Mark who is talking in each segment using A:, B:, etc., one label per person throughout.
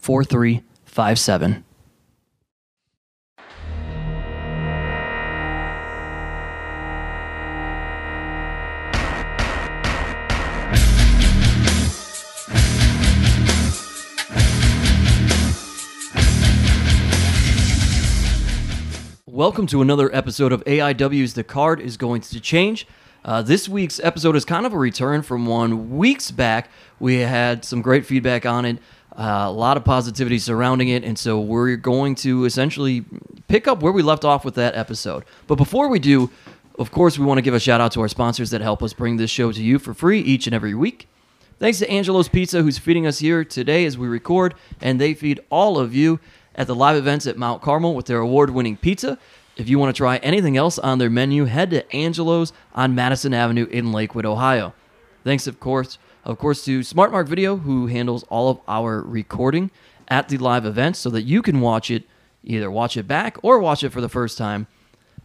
A: 4357. Welcome to another episode of AIW's The Card is Going to Change. Uh, this week's episode is kind of a return from one weeks back. We had some great feedback on it, uh, a lot of positivity surrounding it, and so we're going to essentially pick up where we left off with that episode. But before we do, of course, we want to give a shout out to our sponsors that help us bring this show to you for free each and every week. Thanks to Angelo's Pizza, who's feeding us here today as we record, and they feed all of you at the live events at Mount Carmel with their award winning pizza. If you want to try anything else on their menu, head to Angelo's on Madison Avenue in Lakewood, Ohio. Thanks, of course, of course, to Smart Mark Video, who handles all of our recording at the live events so that you can watch it, either watch it back or watch it for the first time.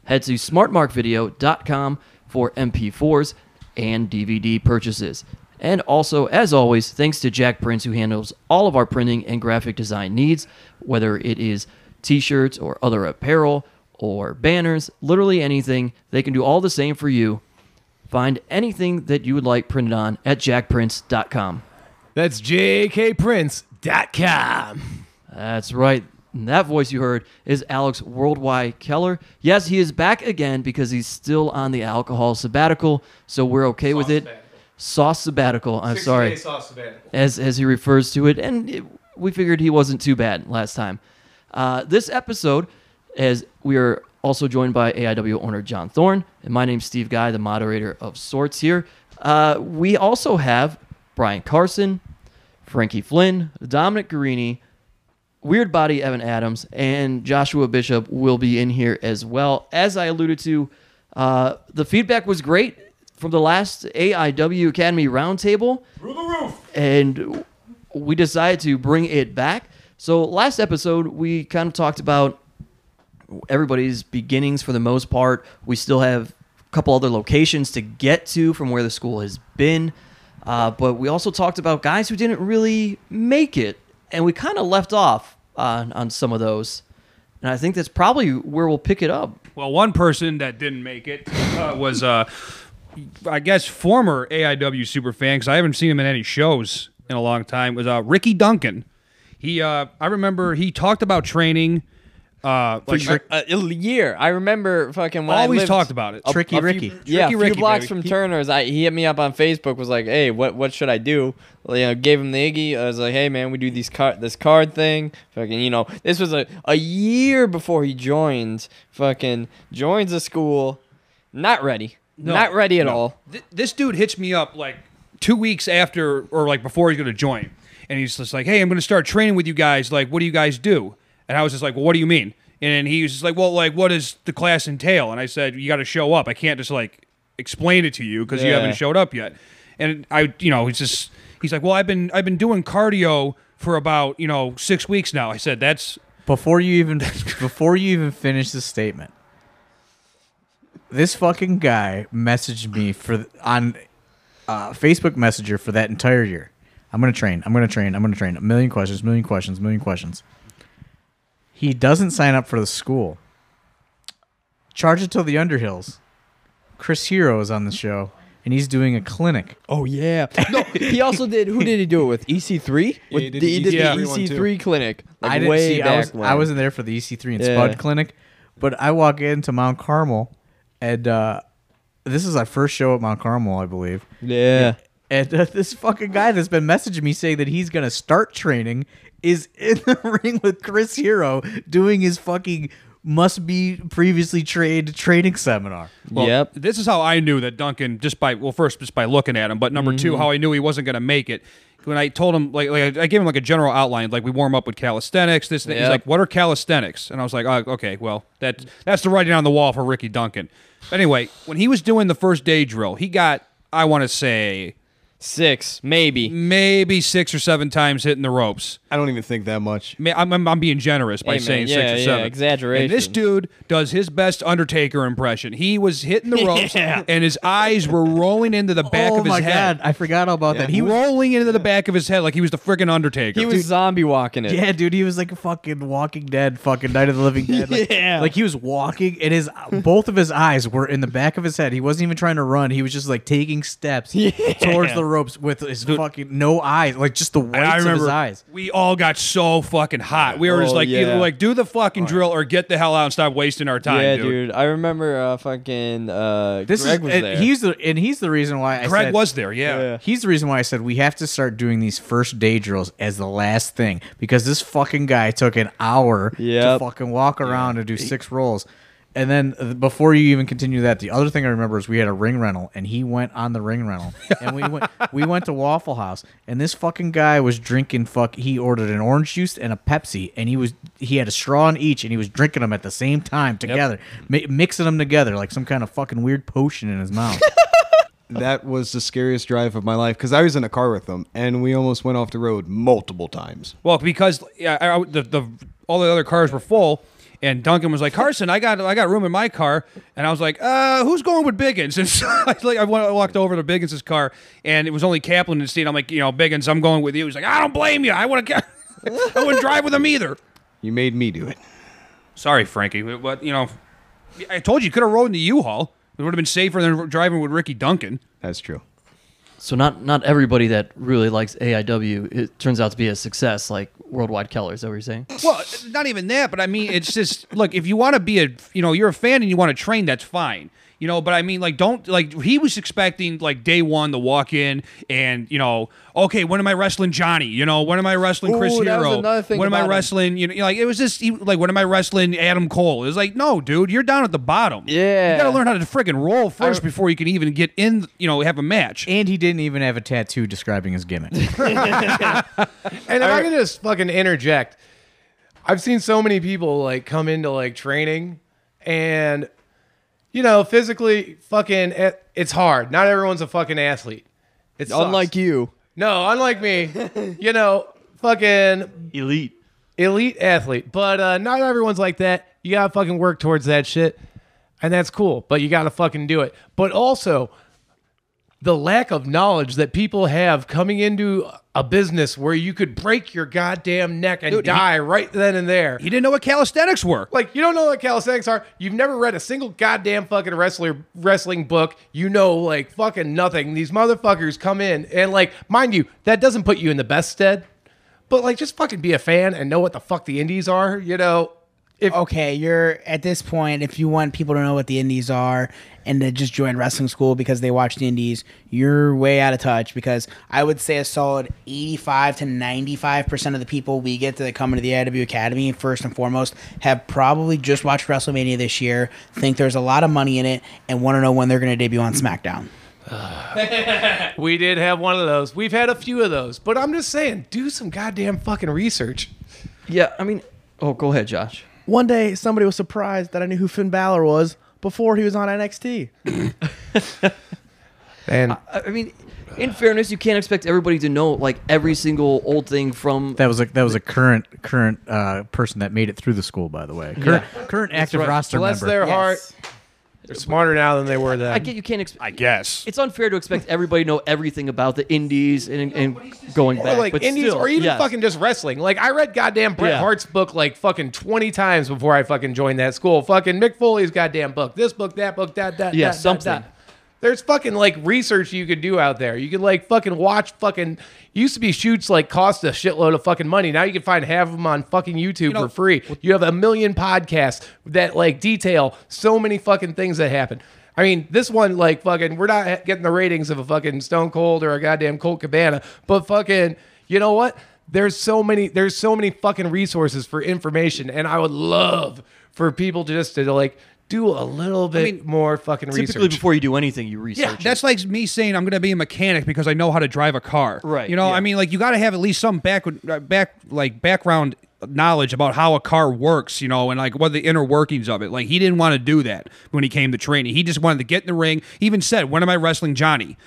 A: Head to smartmarkvideo.com for MP4s and DVD purchases. And also, as always, thanks to Jack Prince, who handles all of our printing and graphic design needs, whether it is t shirts or other apparel or banners, literally anything. They can do all the same for you. Find anything that you would like printed on at jackprince.com.
B: That's jkprince.com.
A: That's right. And that voice you heard is Alex Worldwide Keller. Yes, he is back again because he's still on the alcohol sabbatical, so we're okay with it.
B: sabbatical.
A: Sauce sabbatical.
B: Uh,
A: I'm sorry.
B: sauce sabbatical.
A: as as he refers to it, and it, we figured he wasn't too bad last time. Uh, this episode, as we are also joined by AIW owner John Thorne, and my name's Steve Guy, the moderator of sorts here. Uh, we also have Brian Carson, Frankie Flynn, Dominic Guarini, Weird Body Evan Adams, and Joshua Bishop will be in here as well. As I alluded to, uh, the feedback was great from the last AIW Academy roundtable and we decided to bring it back. So last episode we kind of talked about everybody's beginnings for the most part. We still have a couple other locations to get to from where the school has been, uh, but we also talked about guys who didn't really make it, and we kind of left off on on some of those. And I think that's probably where we'll pick it up.
C: Well, one person that didn't make it uh, was, uh, I guess, former AIW super fan because I haven't seen him in any shows in a long time. Was uh, Ricky Duncan? He, uh, I remember he talked about training. Uh, like,
D: a, a year. I remember fucking when I
C: always
D: lived-
C: talked about it.
B: Tricky Ricky.
D: Yeah,
C: Tricky
D: a few
C: Ricky,
D: blocks
C: baby.
D: from
C: He-
D: Turner's, I, he hit me up on Facebook. Was like, "Hey, what what should I do?" Well, you know, gave him the Iggy. I was like, "Hey, man, we do these card this card thing." Fucking, you know, this was a a year before he joined. Fucking joins the school, not ready, not ready at
C: no.
D: all.
C: Th- this dude hits me up like two weeks after or like before he's going to join. And he's just like, hey, I'm going to start training with you guys. Like, what do you guys do? And I was just like, well, what do you mean? And then he was just like, well, like, what does the class entail? And I said, you got to show up. I can't just like explain it to you because you
D: Yeah.
C: haven't showed up yet. And I, you know, he's just, he's like, well, I've been, I've been doing cardio for about, you know, six weeks now. I said, that's,
E: before you even before you even finish the statement this fucking guy messaged me for on uh, facebook messenger for that entire year i'm gonna train i'm gonna train i'm gonna train a million questions million questions million questions he doesn't sign up for the school charge it till the underhills chris hero is on the show and he's doing a clinic
D: Oh yeah. No, he also did. Who did he do it with? EC3. With
B: he did
D: the- he did
C: EC3
D: the
B: one, too.
D: EC3 clinic. Like
E: I didn't
D: way
E: see.
D: back
E: I was
D: when.
E: I wasn't there for the EC3 and
D: Yeah.
E: Spud clinic, But I walk into Mount Carmel, and uh, this is our first show at Mount Carmel, I believe.
D: Yeah.
E: And uh, this fucking guy that's been messaging me saying that he's gonna start training is in the ring with Chris Hero doing his fucking must be previously trained training seminar.
C: Well,
D: yep.
C: This is how I knew that Duncan, just by well, first just by looking at him, but number
D: Mm-hmm.
C: two, how I knew he wasn't going to make it. When I told him, like, like I gave him like a general outline, like we warm up with calisthenics. This, that. he's
D: Yep.
C: like, "What are calisthenics?" And I was like, oh, "Okay, well, that that's the writing on the wall for Ricky Duncan." But anyway, when he was doing the first day drill, he got, I want to say,
D: Six, maybe.
C: maybe six or seven times hitting the ropes.
B: I don't even think that much.
C: Ma- I'm, I'm, I'm being generous by
D: Hey, man,
C: saying
D: yeah,
C: six or
D: yeah,
C: seven.
D: exaggeration.
C: And this dude does his best Undertaker impression. He was hitting the ropes, and his eyes were rolling into the back
E: oh
C: of his
E: my
C: head.
E: god, I forgot all about that. He was,
C: rolling into the back of his head like he was the friggin' Undertaker.
D: He was zombie walking it.
E: yeah, dude, he was like a fucking Walking Dead, fucking Night of the Living Dead. Like,
D: Yeah.
E: like he was walking, and his both of his eyes were in the back of his head. He wasn't even trying to run. He was just like taking steps towards the ropes with his fucking no eyes, like just the
C: And I
E: whites of
C: remember
E: his eyes.
C: we all got so fucking hot. We were just
D: Oh,
C: like, either
D: yeah.
C: like do the fucking drill or get the hell out and stop wasting our time,
D: yeah,
C: dude.
D: dude. I remember uh, fucking uh,
E: This
D: Greg
E: is
D: was
E: and
D: there.
E: he's the and he's the reason why I
C: Greg
E: said-
C: was there, yeah.
D: Yeah.
E: He's the reason why I said we have to start doing these first day drills as the last thing because this fucking guy took an hour
D: Yep.
E: to fucking walk around and do six rolls. And then uh, before you even continue that, the other thing I remember is we had a ring rental and he went on the ring rental and we went we went to Waffle House and this fucking guy was drinking fuck he ordered an orange juice and a Pepsi and he was he had a straw in each and he was drinking them at the same time together mi- mixing them together like some kind of fucking weird potion in his mouth.
B: That was the scariest drive of my life because I was in a car with them and we almost went off the road multiple times.
C: Well, because yeah, I, I- the, the all the other cars were full, and Duncan was like, "Carson, I got I got room in my car," and I was like, "Uh, who's going with Biggins?" And so I, was like, I went- I walked over to Biggins's car, and it was only Kaplan and Steen. I'm like, you know, Biggins, I'm going with you. He's like, "I don't blame you. I want to. I wouldn't drive with him either."
B: You made me do it.
C: Sorry, Frankie, but you know, I told you, you could have rode in the U-Haul. It would have been safer than driving with Ricky Duncan.
B: That's true.
A: So not not everybody that really likes AIW it turns out to be a success like Worldwide Keller. Is that what you're saying?
C: Well, not even that, but I mean, it's just look. If you want to be a, you know, you're a fan and you want to train, that's fine. You know, but I mean, like, don't like he was expecting like day one to walk in and you know, okay, when am I wrestling Johnny? You know, when am I wrestling Chris
D: Ooh, that was
C: Hero?
D: another thing
C: when am I
D: about him.
C: wrestling? You know, like it was just he, like when am I wrestling Adam Cole? It was like, no, dude, you're down at the bottom.
D: Yeah.
C: you got to learn how to friggin' roll first before you can even get in. You know, have a match.
E: And he didn't even have a tattoo describing his gimmick.
F: And if I can just fucking interject, I've seen so many people like come into like training and you know, physically fucking it- it's hard. Not everyone's a fucking athlete. It's
D: Unlike you.
F: No, unlike me. you know, fucking
A: Elite.
F: elite athlete. But uh not everyone's like that. You got to fucking work towards that shit. And that's cool, but you got to fucking do it. But also the lack of knowledge that people have coming into a business where you could break your goddamn neck and die right then and there.
C: He didn't know what calisthenics were.
F: Like you don't know what calisthenics are. You've never read a single goddamn fucking wrestler wrestling book. You know like fucking nothing. These motherfuckers come in and like, mind you, that doesn't put you in the best stead. But like, just fucking be a fan and know what the fuck the indies are. You know, if
G: okay, you're at this point, if you want people to know what the indies are and to just join wrestling school because they watch the indies, you're way out of touch because I would say a solid 85 to 95% of the people we get that come into the IW Academy, first and foremost, have probably just watched WrestleMania this year, think there's a lot of money in it, and want to know when they're going to debut on SmackDown.
F: we did have one of those, we've had a few of those. But I'm just saying, do some goddamn fucking research.
A: Yeah, I mean, oh, go ahead, Josh.
H: One day, somebody was surprised that I knew who Finn Balor was before he was on NXT.
F: And
A: I I mean, in fairness, you can't expect everybody to know like every single old thing from.
E: That was a that was a current current uh, person that made it through the school, by the way. Current current active roster
F: bless
E: member.
F: their heart, they're smarter now than they were then.
A: I get you can't. Ex-
C: I guess.
A: it's unfair to expect everybody to know everything about the indies and, and going
F: or
A: back,
F: like
A: but
F: indies,
A: still,
F: or even
A: yes.
F: fucking just wrestling. Like I read goddamn Bret
A: Yeah.
F: Hart's book like fucking twenty times before I fucking joined that school. Fucking Mick Foley's goddamn book, this book, that book, that that
A: Yeah,
F: that, that,
A: something.
F: that. There's fucking like research you could do out there. You could like fucking watch fucking. Used to be shoots like cost a shitload of fucking money. Now you can find half of them on fucking YouTube
C: know-
F: for free. You have a million podcasts that like detail so many fucking things that happen. I mean, this one like fucking. We're not getting the ratings of a fucking Stone Cold or a goddamn Colt Cabana, but fucking. You know what? There's so many. There's so many fucking resources for information, and I would love for people to just to like. Do a little bit
C: mean,
F: more fucking research.
A: Typically, before you do anything, you research.
C: Yeah,
A: it.
C: that's like me saying I'm going to be a mechanic because I know how to drive a car.
A: Right,
C: You know,
A: yeah.
C: I mean, like you got to have at least some back uh, back like background knowledge about how a car works. You know, and like what are the inner workings of it. Like he didn't want to do that when he came to training. He just wanted to get in the ring. He even said, "When am I wrestling Johnny?"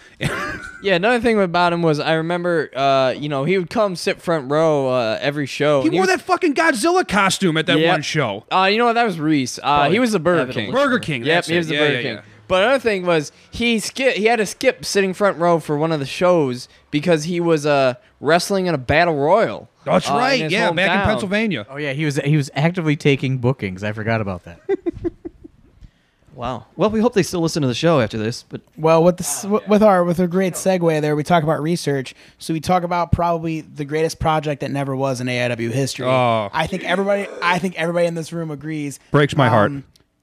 D: Yeah, another thing about him was I remember, uh, you know, he would come sit front row uh, every show.
C: He
D: and
C: wore
D: was-
C: that fucking Godzilla costume at that
D: Yeah.
C: one show.
D: Uh, you know what? That was Reese. Uh, he was the Burger King.
C: Burger King.
D: Yep,
C: that's
D: he was
C: it.
D: the
C: Yeah,
D: Burger
C: yeah,
D: King.
C: yeah.
D: But another thing was he skip. He had to skip sitting front row for one of the shows because he was uh, wrestling in a battle royal.
C: That's
D: uh, in
C: right.
D: his
C: Yeah, back in
D: hometown.
C: Pennsylvania.
E: Oh yeah, he was he was actively taking bookings. I forgot about that.
A: wow. Well, we hope they still listen to the show after this. But
G: Well, with this,
C: Oh,
G: w- with our with a great segue there, we talk about research. So we talk about probably the greatest project that never was in AIW history.
C: Oh.
G: I think everybody, I think everybody in this room agrees.
C: Breaks my heart.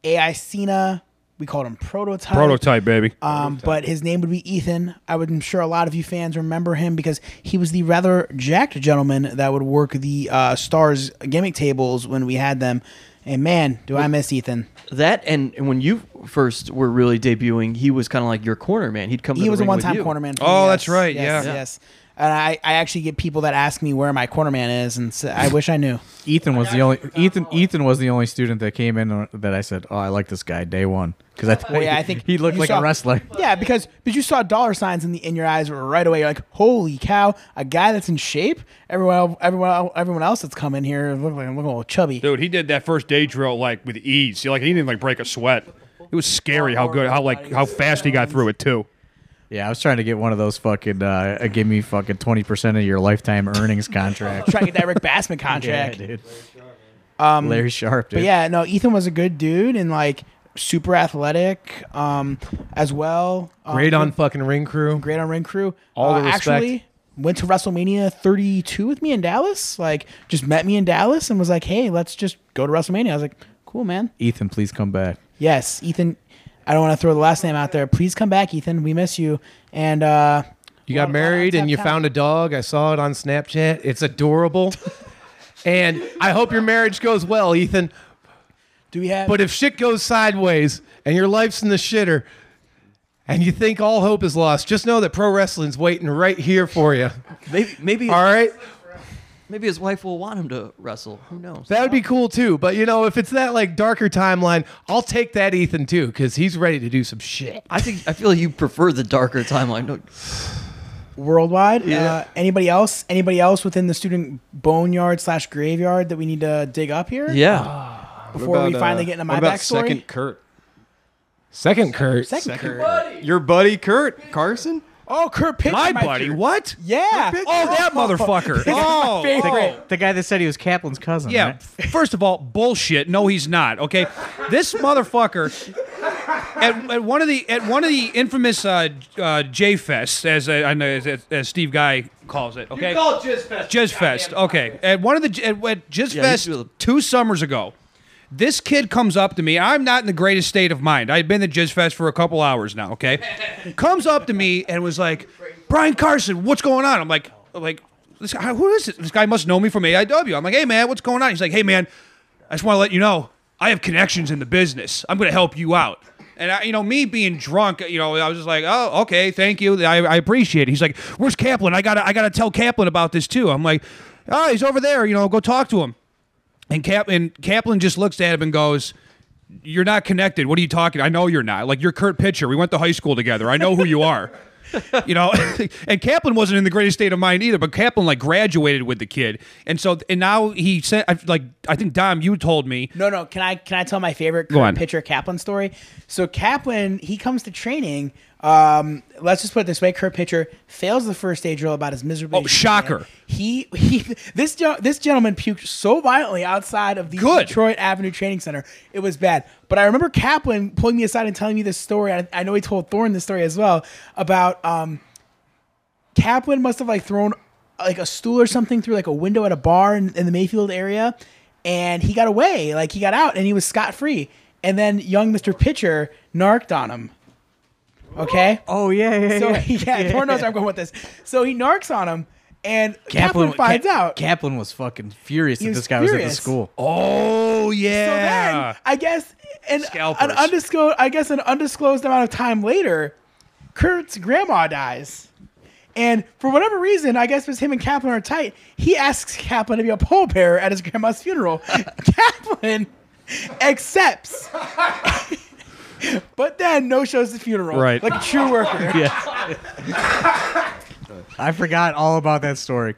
G: AI Cena, we called him Prototype.
C: Prototype, baby.
G: Um, but his name would be Ethan. I would, I'm sure a lot of you fans remember him because he was the rather jacked gentleman that would work the uh, Stars gimmick tables when we had them. And man, do I miss Ethan.
A: that and, and when you first were really debuting, he was kind of like your corner man. He'd come. to
G: He
A: the
G: was a
A: ring with
G: one-time
A: you.
G: cornerman. for
C: Oh,
G: me,
C: that's
G: yes,
C: right,
G: Yes,
C: yeah.
G: yes. And I, I actually get people that ask me where my cornerman is, and s I I wish I knew.
E: Ethan was the only Ethan Ethan was the only student that came in on- that I said, "Oh, I like this guy day one." Because I,
G: Well, Oh, yeah, I think
E: he looked
G: you
E: like
G: saw-
E: a wrestler.
G: Yeah, because but you saw dollar signs in the in your eyes right away. You're like, holy cow, a guy that's in shape. Everyone, everyone, everyone else that's come in here look like look a little chubby.
C: Dude, he did that first day drill like with ease. Like he didn't like break a sweat. It was scary how good, how like how fast he got through it too.
E: Yeah, I was trying to get one of those fucking uh, give me fucking twenty percent of your lifetime earnings contract.
G: Trying to get that Rick Bassman contract.
E: Yeah, dude. Um, Larry Sharp, dude.
G: But yeah, no, Ethan was a good dude and like super athletic, um, as well. Um,
F: Great on fucking ring crew.
G: great on ring crew. Uh,
F: All the respect.
G: Actually, went to WrestleMania 32 with me in Dallas. Like, just met me in Dallas and was like, "Hey, let's just go to WrestleMania." I was like, "Cool, man."
E: Ethan, please come back.
G: Yes, Ethan. I don't want to throw the last name out there. Please come back, Ethan. We miss you. And uh,
F: You got
G: Well,
F: married
G: tap,
F: and you
G: tap.
F: found a dog. I saw it on Snapchat. It's adorable. and I hope your marriage goes well, Ethan.
G: do we have?
F: But if shit goes sideways and your life's in the shitter and you think all hope is lost, just know that pro wrestling's waiting right here for you.
A: Maybe maybe
F: All right?
A: maybe his wife will want him to wrestle. Who knows?
F: That would be cool too. But you know, if it's that like darker timeline, I'll take that Ethan too cuz he's ready to do some shit.
A: I think I feel you prefer the darker timeline. Don't-
G: worldwide. Uh, anybody else? Anybody else within the student boneyard slash graveyard that we need to dig up here?
A: Yeah.
G: Before we finally get into my
B: what about
G: backstory.
B: Second Kurt,
F: Second Kurt.
G: Second Kurt.
B: your buddy Kurt Carson.
G: Oh, Kurt Pitcher.
C: My buddy, what?
G: Yeah.
C: Oh, that motherfucker. Oh,
G: favorite.
E: The guy that said he was Kaplan's cousin.
C: Yeah.
E: right?
C: First of all, bullshit. No, he's not. Okay, this motherfucker at, at one of the at one of the infamous uh, uh, J fests, as uh, I I know as, as Steve Guy calls it. Okay,
I: call it Jizz Fest.
C: Jizz Fest. Okay, at one of the at, at Jizz
A: Yeah,
C: Fest
A: you do the-
C: two summers ago. This kid comes up to me. I'm not in the greatest state of mind. I've been to Jizz Fest for a couple hours now. Okay, comes up to me and was like, "Brian Carson, what's going on?" I'm like, I'm "Like, this guy, who is it? This guy must know me from AIW." I'm like, "Hey man, what's going on?" He's like, "Hey man, I just want to let you know I have connections in the business. I'm going to help you out." And I, you know, me being drunk, you know, I was just like, "Oh, okay, thank you, I, I appreciate it." He's like, "Where's Kaplan? I gotta, I gotta tell Kaplan about this too." I'm like, "Oh, he's over there. You know, go talk to him." And Cap and Kaplan just looks at him and goes, "You're not connected. What are you talking? I know you're not. Like you're Kurt Pitcher. We went to high school together. I know who you are." you know, and Kaplan wasn't in the greatest state of mind either. But Kaplan like graduated with the kid, and so and now he said, I- like I think Dom, you told me.
G: No, no. Can I can I tell my favorite
C: Go on.
G: Kurt Pitcher Kaplan story? So Kaplan, he comes to training Um, let's just put it this way: Kurt Pitcher fails the first stage roll about as miserably.
C: Oh,
G: as he can.
C: shocker.
G: He he. This gen- this gentleman puked so violently outside of the
C: Good.
G: Detroit Avenue Training Center. It was bad. But I remember Kaplan pulling me aside and telling me this story. I, I know he told Thorne this story as well about um, Kaplan must have like thrown like a stool or something through like a window at a bar in, in the Mayfield area, and he got away. Like he got out and he was scot free. And then young Mister Pitcher narked on him. Okay.
E: Oh yeah, yeah,
G: So
E: yeah.
G: yeah, Thorne knows where I'm going with this. So he narcs on him, and Kaplan, finds
E: Ka-
G: out.
E: Kaplan was fucking furious that
G: was
E: this guy was at the
G: furious.
E: school.
C: Oh
G: so
C: yeah.
G: then, I guess, an, an
C: Scalpers.
G: undisclosed, I guess, an undisclosed amount of time later, Kurt's grandma dies, and for whatever reason, I guess because him and Kaplan are tight, he asks Kaplan to be a pallbearer at his grandma's funeral. Kaplan accepts. But then no shows the funeral.
C: Right.
G: Like a true worker.
E: I forgot all about that story.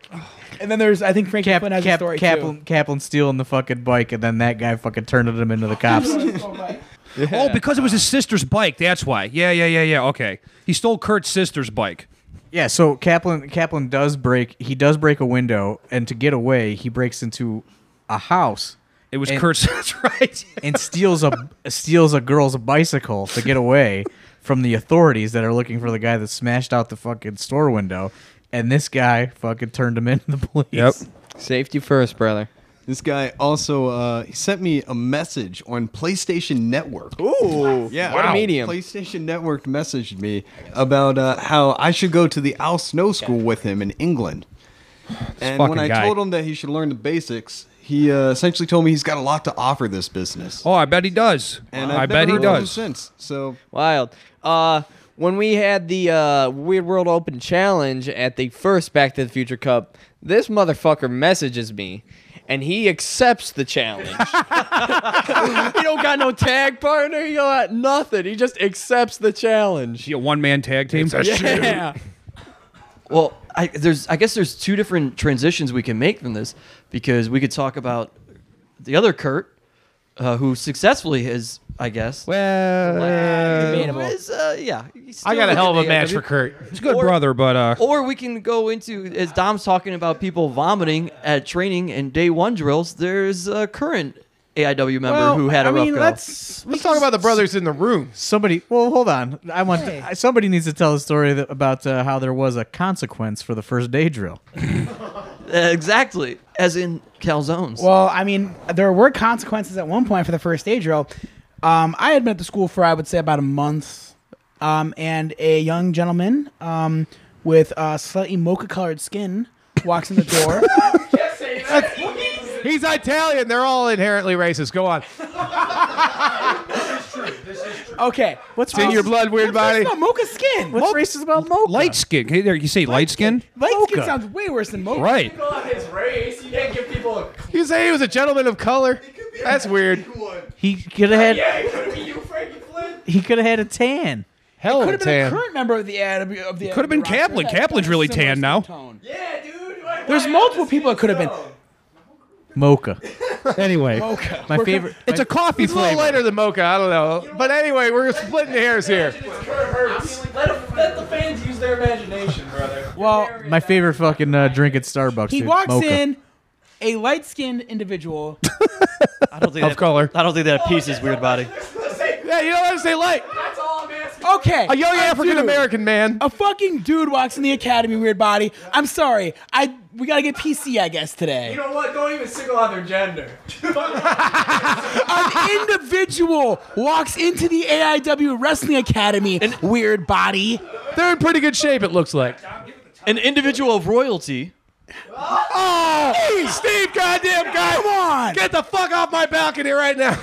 G: And then there's I think Frank
E: Cap,
G: Kaplan has a
E: Cap,
G: story
E: Kaplan, Kaplan stealing the fucking bike, and then that guy fucking turned him into the cops.
G: too.
C: Oh, because it was his sister's bike. That's why. Yeah, yeah, yeah, yeah. Okay. He stole Kurt's sister's bike.
E: Yeah, so Kaplan Kaplan does break he does break a window and to get away he breaks into a house
C: It was
E: And-
C: Kurt's. That's right.
E: and steals a steals a girl's bicycle to get away from the authorities that are looking for the guy that smashed out the fucking store window and this guy fucking turned him into the police.
D: Safety first, brother.
B: This guy also uh, he sent me a message on PlayStation Network.
D: Ooh,
B: Yeah,
D: what a medium.
B: PlayStation Network messaged me about uh, how I should go to the Al Snow School with him in England. And when
C: fucking
B: I
C: guy.
B: told him that he should learn the basics, he uh, essentially told me he's got a lot to offer this business.
C: Oh, I bet he does.
B: and
C: I
B: I've
C: bet
B: never
C: he
B: heard from him
C: does.
B: Since so,
D: Wild. Uh, when we had the uh, Weird World Open Challenge at the first Back to the Future Cup, this motherfucker messages me, and he accepts the challenge. he don't got no tag partner. He got nothing. He just accepts the challenge.
C: He a one man tag team.
D: Yeah.
A: Well, I, there's I guess there's two different transitions we can make from this because we could talk about the other Kurt, uh, who successfully has I guess.
D: Well,
G: Debatable.
A: is, uh, yeah, he's
F: I
A: still
F: got a hell of a
A: looking at
F: match
A: AEW.
F: for Kurt.
C: He's a good brother, but uh,
A: Or we can go into as Dom's talking about people vomiting at training and day one drills. There's a current AIW member who had a
F: I
A: rough
F: mean,
A: go.
F: let's let's talk about the brothers in the room.
E: Somebody well hold on. I want somebody needs to tell a story that, about uh, how there was a consequence for the first day drill.
A: Uh, exactly, as in calzones.
G: Well, I mean, there were consequences at one point for the first stage drill. Um, I had been at the school for I would say about a month, um, and a young gentleman um, with uh, slightly mocha-colored skin walks in the door.
F: He's Italian. They're all inherently racist. Go on.
G: okay, what's
F: It's in your blood, weird
G: What's
F: body.
G: about mocha skin?
E: What's racist about mocha?
C: light skin. Hey, there, you say light skin?
G: Light skin sounds way worse than mocha.
C: Right.
F: You say he was a gentleman of color. That's weird.
E: He could have had He could have had a tan.
F: Hell
G: Could
F: of a
G: have been a
F: tan.
G: current member of the of the- of the.
C: Could have been
G: the roster
C: Kaplan.
G: that
C: Kaplan's
G: had
C: really
G: similar
C: tan
G: skin
C: now.
G: tone. There's multiple people it could have been.
E: Mocha.
C: Anyway,
E: My favorite
C: it's a coffee
F: It's a little
C: flavor.
F: lighter than mocha. I don't know. But anyway, we're splitting hairs here.
G: Well,
E: My favorite fucking uh, drink at Starbucks.
G: he
E: dude.
G: walks
E: Mocha.
G: in, a light-skinned individual.
A: I don't think
F: Of color.
A: I don't think that piece is weird body.
F: Yeah, you don't want to say light.
G: Okay,
F: A young African American man.
G: A fucking dude walks in the academy, weird body. I'm sorry. I we gotta get PC, I guess, today. You know what? Don't even single out their gender. An individual walks into the AIW Wrestling Academy, weird body.
F: They're in pretty good shape, it looks like.
A: An individual of royalty.
F: Oh, Steve, goddamn guy.
G: Come on!
F: Get the fuck off my balcony right now.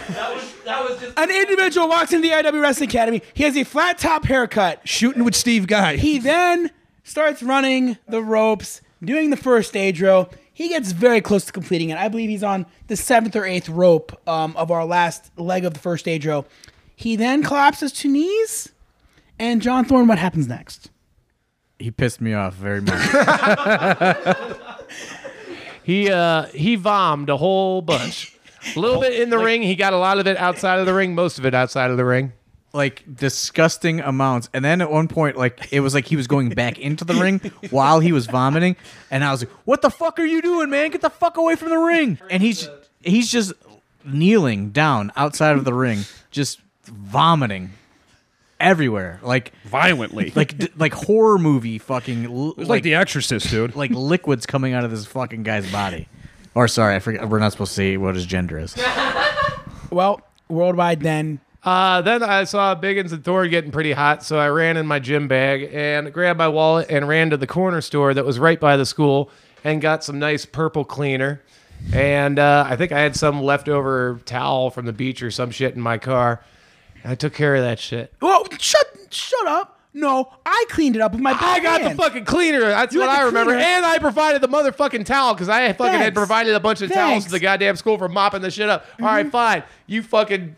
G: An individual walks into the AIW Wrestling Academy. He has a flat top haircut.
C: Shooting with Steve Guy.
G: He then starts running the ropes, doing the first stage row. He gets very close to completing it. I believe he's on the seventh or eighth rope um, of our last leg of the first stage row. He then collapses to knees. And John Thorne, what happens next?
E: He pissed me off very much.
F: He uh he vommed a whole bunch. A little bit in the ring. He got a lot of it outside of the ring. Most of it outside of the ring.
E: like disgusting amounts. And then at one point, like it was like he was going back into the ring while he was vomiting, and I was like, "What the fuck are you doing, man? Get the fuck away from the ring!" And he's he's just kneeling down outside of the ring, just vomiting everywhere, like
C: violently. Like,
E: like d- like horror movie fucking. It
C: it's like, The Exorcist, dude.
E: like liquids coming out of this fucking guy's body. Or sorry, I forget. We're not supposed to say what his gender is.
G: Well, worldwide then.
F: Uh, then I saw Biggins and Thor getting pretty hot, so I ran in my gym bag and grabbed my wallet and ran to the corner store that was right by the school and got some nice purple cleaner. And uh, I think I had some leftover towel from the beach or some shit in my car. I took care of that shit.
G: Whoa, shut shut up. No, I cleaned it up with my bare
F: I got the
G: hands.
F: fucking cleaner. That's
G: You
F: what
G: had
F: I
G: the
F: remember.
G: cleaner.
F: And I provided the motherfucking towel because I fucking had
G: Thanks.
F: provided a bunch of towels
G: Thanks. Mm-hmm.
F: to the goddamn school for mopping the shit up. All right, fine. You fucking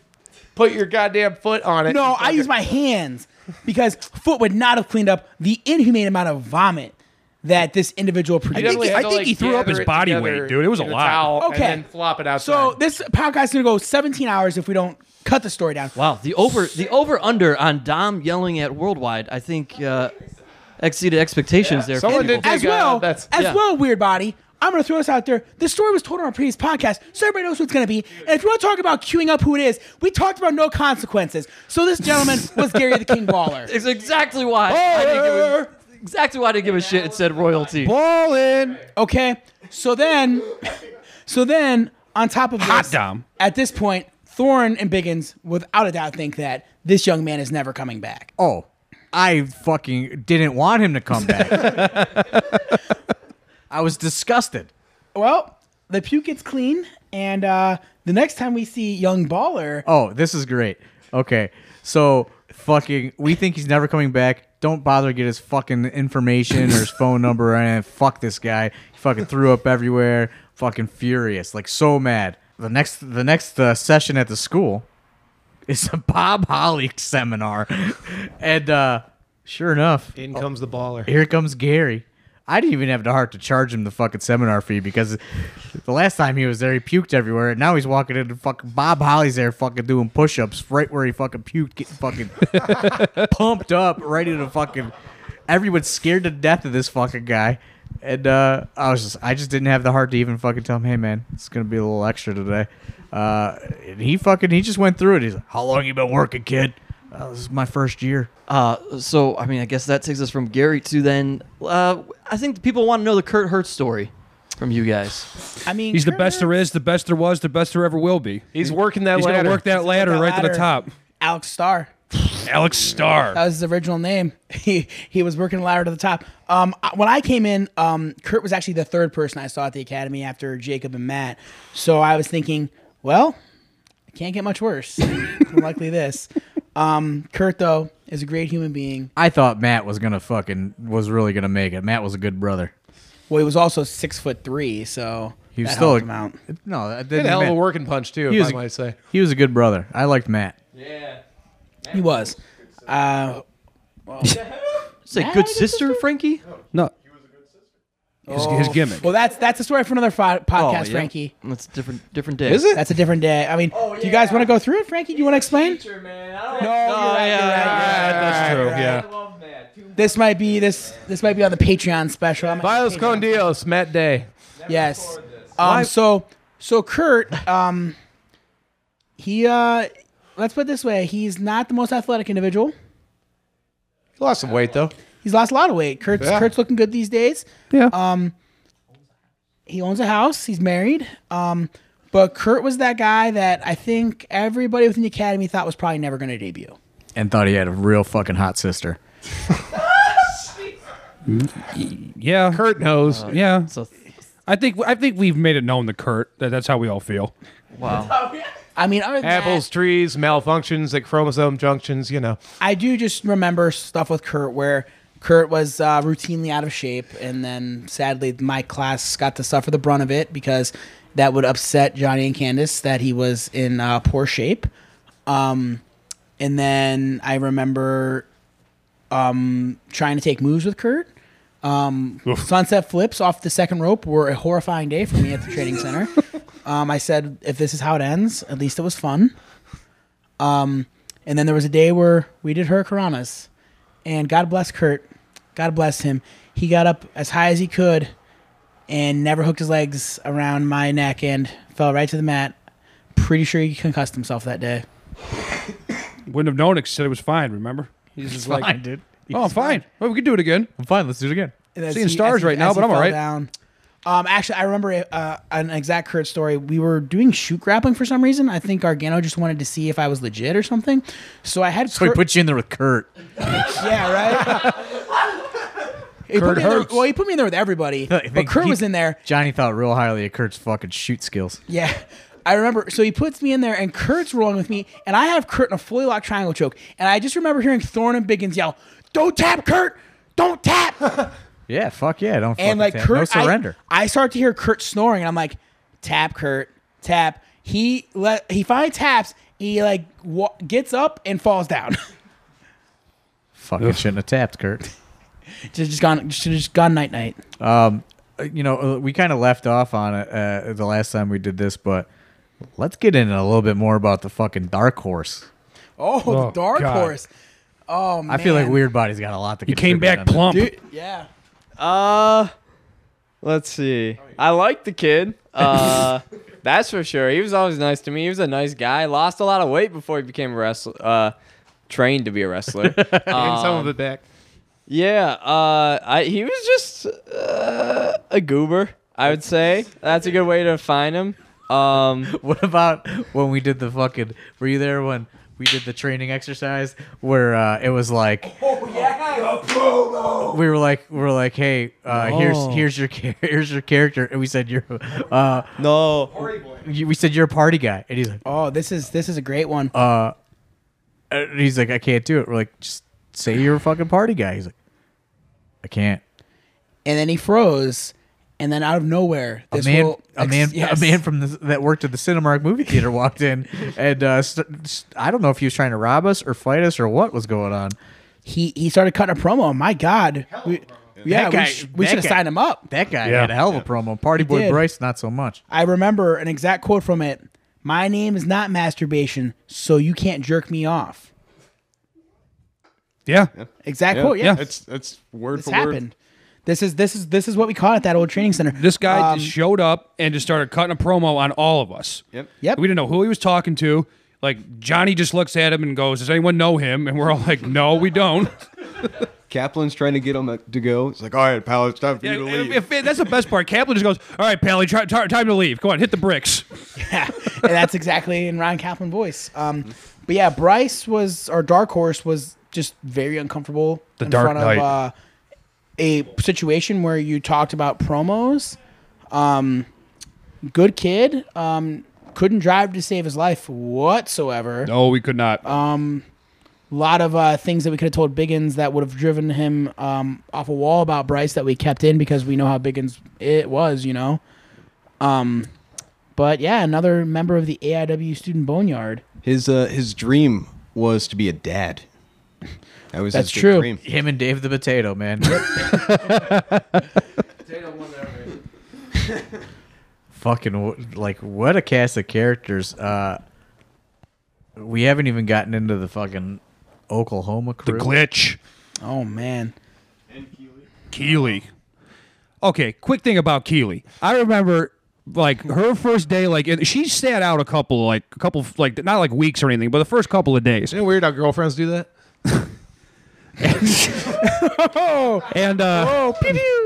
F: put your goddamn foot on it.
G: No,
F: You
G: I used my hands because foot would not have cleaned up the inhumane amount of vomit that this individual produced.
F: definitely had
C: I
F: to,
C: think
F: like,
C: he threw up his
F: gather it
C: body
F: together
C: weight, dude. It was
F: in
C: a lot.
F: Towel okay.
G: Okay.
F: And then flop it outside.
G: So this podcast's gonna go 17 hours if we don't cut the story down.
A: Wow, the over the over under on Dom yelling at worldwide, I think uh, exceeded expectations there. for
F: Someone
A: people.
F: did take
G: As
F: Big, uh,
G: well,
F: that's-
G: as
A: yeah.
G: well, weird body. I'm gonna throw this out there. The story was told on our previous podcast, so everybody knows who it's gonna be. And if you want to talk about queuing up who it is, we talked about no consequences. So this gentleman was Gary the King Baller.
A: It's exactly why I didn't give a, exactly why I didn't give a shit. It said royalty.
F: Ballin'.
G: Okay. So then, so then on top of
C: Hot
G: this,
C: Dom.
G: at this point, Thorne and Biggins, without a doubt, think that this young man is never coming back.
E: Oh, I fucking didn't want him to come back. I was disgusted.
G: Well, the puke gets clean, and uh, the next time we see young baller,
E: Oh, this is great. Okay, so fucking, we think he's never coming back. Don't bother to get his fucking information or his phone number. And fuck this guy. He fucking threw up everywhere. Fucking furious, like so mad. The next, the next uh, session at the school is a Bob Holly seminar, and uh, sure enough,
F: In comes the baller.
E: here comes Gary. I didn't even have the heart to charge him the fucking seminar fee because the last time he was there, he puked everywhere, and now he's walking into fucking Bob Holly's there, fucking doing push-ups right where he fucking puked, getting fucking pumped up, ready to fucking. Everyone's scared to death of this fucking guy, and uh, I was just, I just didn't have the heart to even fucking tell him, hey man, it's gonna be a little extra today. Uh, and he fucking, he just went through it. He's like, how long you been working, kid? Uh, this is my first year.
A: Uh, so I mean, I guess that takes us from Gary to then. Uh, I think people want to know the Kurt Hurt story from you guys.
G: I mean,
C: He's the
G: Kurt
C: best there is, the best there was, the best there ever will be.
F: He's working that
C: He's
F: ladder.
C: gonna work that ladder
G: Hurt,
C: right to the
G: ladder,
C: top.
G: Alex Starr.
C: Alex Starr.
G: That was his original name. He he was working ladder to the top. Um, I- when I came in, um, Kurt was actually the third person I saw at the academy after Jacob and Matt. So I was thinking, well, it can't get much worse. Likely this. Um, Kurt though is a great human being.
E: I thought Matt was gonna fucking was really gonna make it. Matt was a good brother.
G: Well, he was also six foot three, so
E: He was
G: that
E: still
G: helped
E: a,
G: him out.
E: No, that
F: He had
E: didn't.
F: a hell of a
E: Matt-
F: working punch, too,
E: He
F: if
E: was
F: I
E: a-
F: might say.
E: He was a good brother. I liked Matt.
G: He was. Uh,
A: Say, good sister, Frankie.
C: No. His, his gimmick.
G: well, that's that's a story for another
F: Oh,
G: fi- podcast,
A: yeah.
G: Frankie.
A: That's a different different day.
F: Is it?
G: That's a different day. I mean, do you guys want to go through it, Frankie? Do you want to explain?
A: Oh, yeah.
C: That's true. Yeah.
G: This might be this this might be on the Patreon special. I'm
F: Vios con Dios, Matt Day.
G: yes. Um, so so Kurt, um, he uh, let's put it this way: he's not the most athletic individual.
F: He lost some weight, though.
G: He's lost a lot of weight. Kurt's
F: Yeah.
G: Kurt's looking good these days.
C: Yeah.
G: Um, he owns a house. He's married. Um, but Kurt was that guy that I think everybody within the academy thought was probably never going to debut.
E: And thought he had a real fucking hot sister.
C: Yeah.
F: Kurt knows.
C: Yeah.
A: So,
C: I think I think we've made it known to Kurt that that's how we all feel.
A: wow.
G: I mean, other than that,
F: Apples, trees, malfunctions at chromosome junctions, you know.
G: I do just remember stuff with Kurt where Kurt was uh, routinely out of shape, and then sadly my class got to suffer the brunt of it because that would upset Johnny and Candace that he was in uh, poor shape. Um, and then I remember um, trying to take moves with Kurt. Um, sunset flips off the second rope were a horrifying day for me at the training center. Um, I said, if this is how it ends, at least it was fun. Um, And then there was a day where we did Hurricanranas. And God bless Kurt. God bless him. He got up as high as he could and never hooked his legs around my neck and fell right to the mat. Pretty sure he concussed himself that day.
C: Wouldn't have known it. 'cause He said it was fine. Remember? He's just like,
E: fine, dude.
C: oh, I'm fine. Well, we could do it again.
E: I'm fine. Let's do it again.
G: And as
C: Seeing
G: he-
C: stars
G: as he-
C: right now,
G: as he
C: but I'm all
G: fell
C: right.
G: Down. Um, actually, I remember uh, an exact Kurt story. We were doing shoot grappling for some reason. I think Argano just wanted to see if I was legit or something. So I had
E: So he
G: Kurt-
E: put you in there with Kurt.
G: yeah, right.
C: Kurt
G: He put me in there-
C: Hertz.
G: well, he put me in there with everybody,
E: I
G: but
E: think
G: Kurt
E: he-
G: was in there.
E: Johnny thought real highly of Kurt's fucking shoot skills.
G: Yeah. I remember, so he puts me in there, and Kurt's rolling with me, and I have Kurt in a fully locked triangle choke, and I just remember hearing Thorne and Biggins yell, "Don't tap, Kurt! Don't tap!"
E: Yeah, fuck yeah. Don't fucking
G: and like
E: tap.
G: Kurt,
E: no
G: I-
E: surrender.
G: I, start to hear Kurt snoring, and I'm like, "Tap, Kurt, tap." He let he finally taps. He like wa- gets up and falls down.
E: fucking shouldn't have tapped Kurt.
G: just, just gone, just, just gone night night.
E: Uh, You know, uh, we kind of left off on it uh, the last time we did this, but let's get into a little bit more about the fucking dark horse.
G: Oh, the
C: Oh,
G: dark
C: God.
G: horse. Oh man,
E: I feel like Weird Body's got a lot to.
C: You came back plump.
G: Yeah.
D: Uh, let's see. I like the kid. Uh, that's for sure. He was always nice to me. He was a nice guy. Lost a lot of weight before he became a wrestler. Uh, trained to be a wrestler.
F: Getting some
C: Um,
F: of it back.
D: Yeah, uh, I, he was just uh, a goober, I would say. That's a good way to find him. Um,
E: What about when we did the fucking? Were you there when we did the training exercise where uh, it was like? Oh yeah, We were like, we were like, hey, uh, here's here's your char- here's your character, and we said you're, uh,
D: no,
E: you, we said you're a party guy, and he's like, uh,
G: Oh, this is this is a great one. Uh,
E: and he's like, I can't do it. We're like, just say you're a fucking party guy. He's like, I can't.
G: and then he froze, and then out of nowhere,
E: A
G: this
E: man,
G: whole-
E: a man,
G: Yes.
E: a man from the, that worked at the Cinemark movie theater walked in, and uh, st- st- I don't know if he was trying to rob us or fight us or what was going on.
G: He he started cutting a promo. My God. We, yeah,
E: That guy-
G: we, sh- we
E: that
G: should have
E: guy-
G: signed him up.
E: That guy had a hell of a promo. Party
G: He
E: boy
G: did.
E: Bryce, not so much.
G: I remember an exact quote from it. My name is not masturbation, so you can't jerk me off.
C: Yeah.
G: Exact quote. Yeah,
B: It's it's word
G: this
B: for
G: happened. This is this is this is what we caught at that old training center.
C: This guy
G: Um,
C: just showed up and just started cutting a promo on all of us.
B: Yep.
G: Yep.
C: We didn't know who he was talking to. Like Johnny just looks at him and goes, "Does anyone know him?" And we're all like, "No, we don't."
B: word. Kaplan's trying to get him to go. It's like, all right, pal, it's time for you to leave.
C: If- if- that's the best part. Kaplan just goes, "All right, Pally, try, ti- time to leave. Come on, hit the bricks."
G: yeah, and that's exactly in Ryan Kaplan voice. Um, but yeah, Bryce was our dark horse was just very uncomfortable in
C: Dark
G: front
C: Knight.
G: of uh, a situation where you talked about promos. Um, good kid. Um, couldn't drive to save his life whatsoever.
C: No, we could not.
G: lot of uh, things that we could have told Biggins that would have driven him um, off a wall about Bryce that we kept in because we know how Biggins it was, you know. Um, but yeah, another member of the AIW student boneyard.
B: His uh, his dream was to be a dad. That was
G: That's
B: his big
G: true.
B: dream.
E: Him and Dave the Potato Man. Fucking w- like what a cast of characters. Uh, we haven't even gotten into the fucking Oklahoma
C: the
E: crew.
C: glitch,
G: Oh man,
C: Keely. Okay, quick thing about Keely. I remember like her first day, like and she sat out a couple, like a couple, like not like weeks or anything, but the first couple of days.
F: Isn't it weird how girlfriends do that?
C: And uh,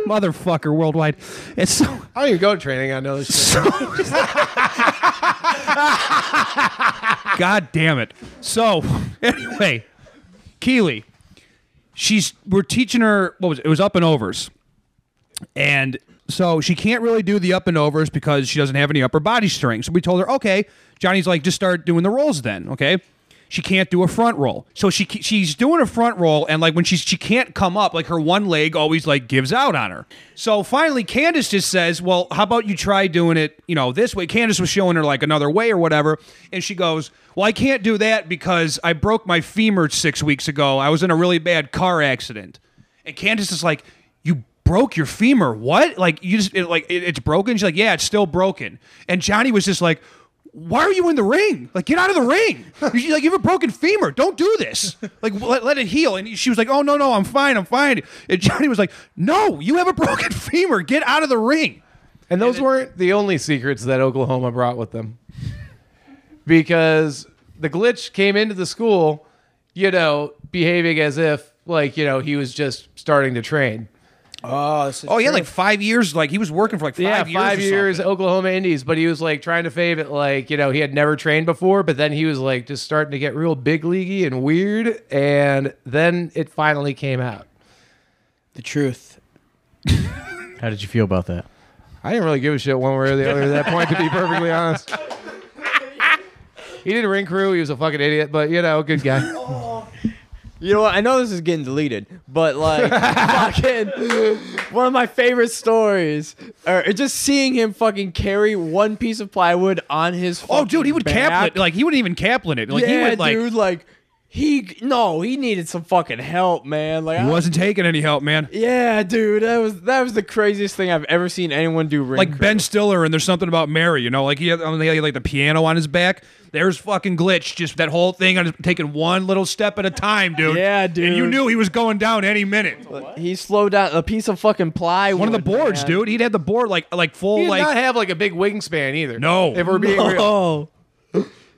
C: motherfucker, worldwide. It's so.
F: I don't even go to training. I know this shit.
C: God damn it. So, anyway, Keely, she's we're teaching her what was it? It was up and overs. And so she can't really do the up and overs because she doesn't have any upper body strength. So we told her, "Okay, Johnny's like just start doing the rolls then, okay?" She can't do a front roll. So she ke- she's doing a front roll and like when she's she can't come up, like her one leg always like gives out on her. So finally Candace just says, "Well, how about you try doing it, you know, this way?" Candace was showing her like another way or whatever, and she goes, "Well, I can't do that because I broke my femur 6 weeks ago. I was in a really bad car accident." And Candace is like, "You broke your femur? What? Like you just it, like it, it's broken?" She's like, "Yeah, it's still broken." And Johnny was just like, why are you in the ring? Like, get out of the ring. You, like, you have a broken femur. Don't do this. Like, let, let it heal. And she was like, oh, no, no, I'm fine. I'm fine. And Johnny was like, no, you have a broken femur. Get out of the ring.
F: And those weren't the only secrets that Oklahoma brought with them. Because the glitch came into the school, you know, behaving as if, like, you know, he was just starting to train.
G: Oh, this is
C: Oh, he had
G: true.
C: like five years. Like, he was working for like five
F: yeah,
C: years.
F: five
C: or
F: years,
C: something.
F: Oklahoma Indies, but he was like trying to fave it like, you know, he had never trained before, but then he was like just starting to get real big leaguey and weird, and then it finally came out.
G: the truth.
E: How did you feel about that?
F: I didn't really give a shit one way or the other at that point, to be perfectly honest. He did ring crew. He was a fucking idiot, but you know, good guy.
D: You know what? I know this is getting deleted, but like, fucking one of my favorite stories, or just seeing him fucking carry one piece of plywood on his.
C: Oh, dude, he would
D: fucking back.
C: Kaplan. Like, he wouldn't even Kaplan it. Like,
D: yeah,
C: he would like.
D: dude, like he no, he needed some fucking help, man. Like,
C: He
D: I-
C: wasn't taking any help, man.
D: yeah, dude, that was that was the craziest thing I've ever seen anyone do. Ring
C: like
D: crew.
C: Ben Stiller, and there's something about Mary, you know, like he had, I mean, he had like the piano on his back. There's fucking glitch, just that whole thing on his, taking one little step at a time, dude.
D: Yeah,
C: And you
D: dude.
C: knew he was going down any minute.
D: He slowed down a piece of fucking plywood.
C: One of the boards,
D: man.
C: dude. He'd had the board like like
F: He
C: full
F: did
C: like
F: not have like a big wingspan either.
C: No.
F: if we're being real,
D: Oh,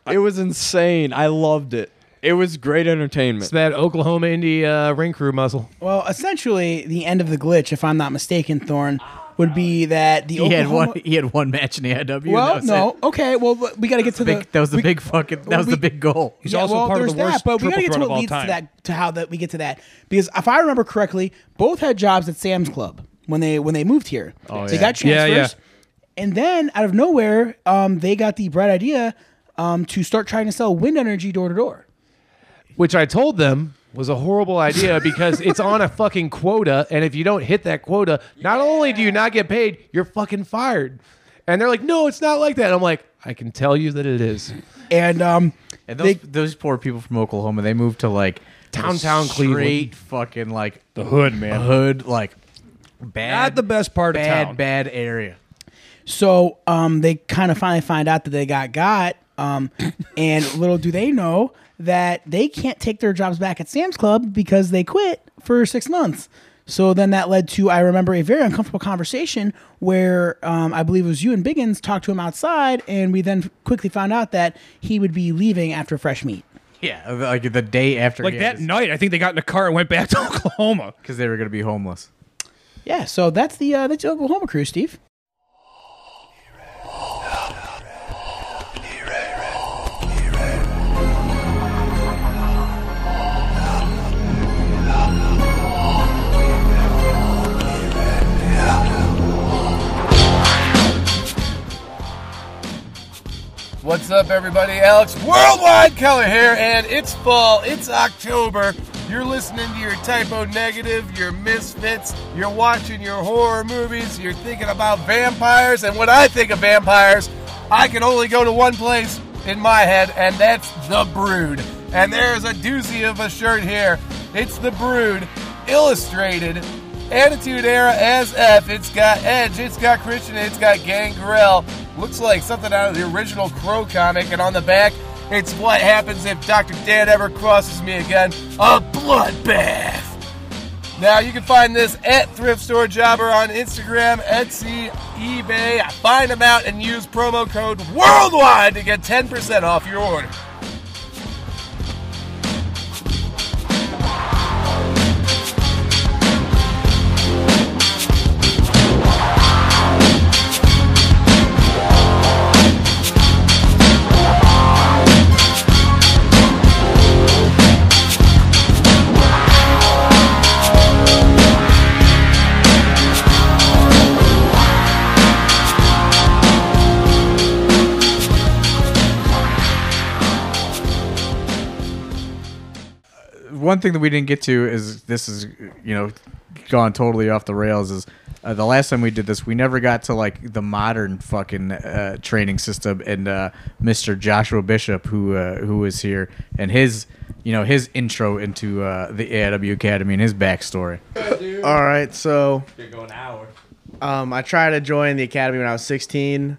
D: it was insane. I loved it. It was great entertainment.
F: it's that Oklahoma Indy uh, ring crew muscle.
G: Well, essentially, the end of the glitch, if I'm not mistaken, Thorn, would be that the
E: He had
G: Oklahoma.
E: one. He had one match in the IW. and that
G: well,
E: was
G: no,
E: it.
G: okay. Well, but we got to get to
E: Big,
G: the.
E: that was the
G: we-
E: big fucking. That was
G: we-
E: the big goal.
C: He's also part of
G: there's
C: the worst
G: but
C: triple
G: we gotta get
C: threat
G: to
C: of
G: what
C: all
G: leads
C: time.
G: to that to how that we get to that because if I remember correctly, both had jobs at Sam's Club when they when they moved here. Oh, they
E: yeah.
G: got
C: Yeah,
G: transfers,
C: yeah.
G: and then out of nowhere, um, they got the bright idea um, to start trying to sell wind energy door to door.
F: which I told them was a horrible idea because it's on a fucking quota, and if you don't hit that quota, not only do you not get paid, you're fucking fired. And they're like, "No, it's not like that." I'm like, "I can tell you that it is."
G: And um,
E: And
G: they-
E: those, those poor people from Oklahoma, they moved to like
F: Downtown Cleveland.
E: straight fucking like
C: the hood, man.
E: hood, like bad,
C: Not the best part of
E: bad,
C: town.
E: bad area.
G: So um, they kind of finally find out that they got got, um, and little do they know that they can't take their jobs back at Sam's Club because they quit for six months. So then that led to I remember a very uncomfortable conversation where um, I believe it was you and Biggins talked to him outside, and we then quickly found out that he would be leaving after fresh meat.
E: Yeah, like the day after.
C: Like that night, I think they got in a car and went back to Oklahoma.
E: because they were gonna be homeless.
G: Yeah, so that's the uh, that's the Oklahoma crew, Steve.
I: What's up, everybody? Alex Worldwide Color here, and it's fall, it's October. You're listening to your typo negative, your misfits, you're watching your horror movies, you're thinking about vampires, and when I think of vampires, I can only go to one place in my head, and that's The Brood. And there's a doozy of a shirt here. It's The Brood, illustrated. Attitude Era as F. It's got Edge, it's got Christian, it's got Gangrel. Looks like something out of the original Crow comic, and on the back, it's what happens if Dr. Dan ever crosses me again. A bloodbath! Now you can find this at Thrift Store Jobber on Instagram, Etsy, eBay. Find them out and use promo code WORLDWIDE to get 10% off your order.
E: One thing that we didn't get to is this is you know gone totally off the rails is. Uh, the last time we did this, we never got to like the modern fucking uh, training system and uh, Mr. Joshua Bishop, who uh, who was here, and his you know his intro into uh, the AIW Academy and his backstory.
H: All right, so
D: Go an hour.
H: um, I tried to join the academy when I was 16.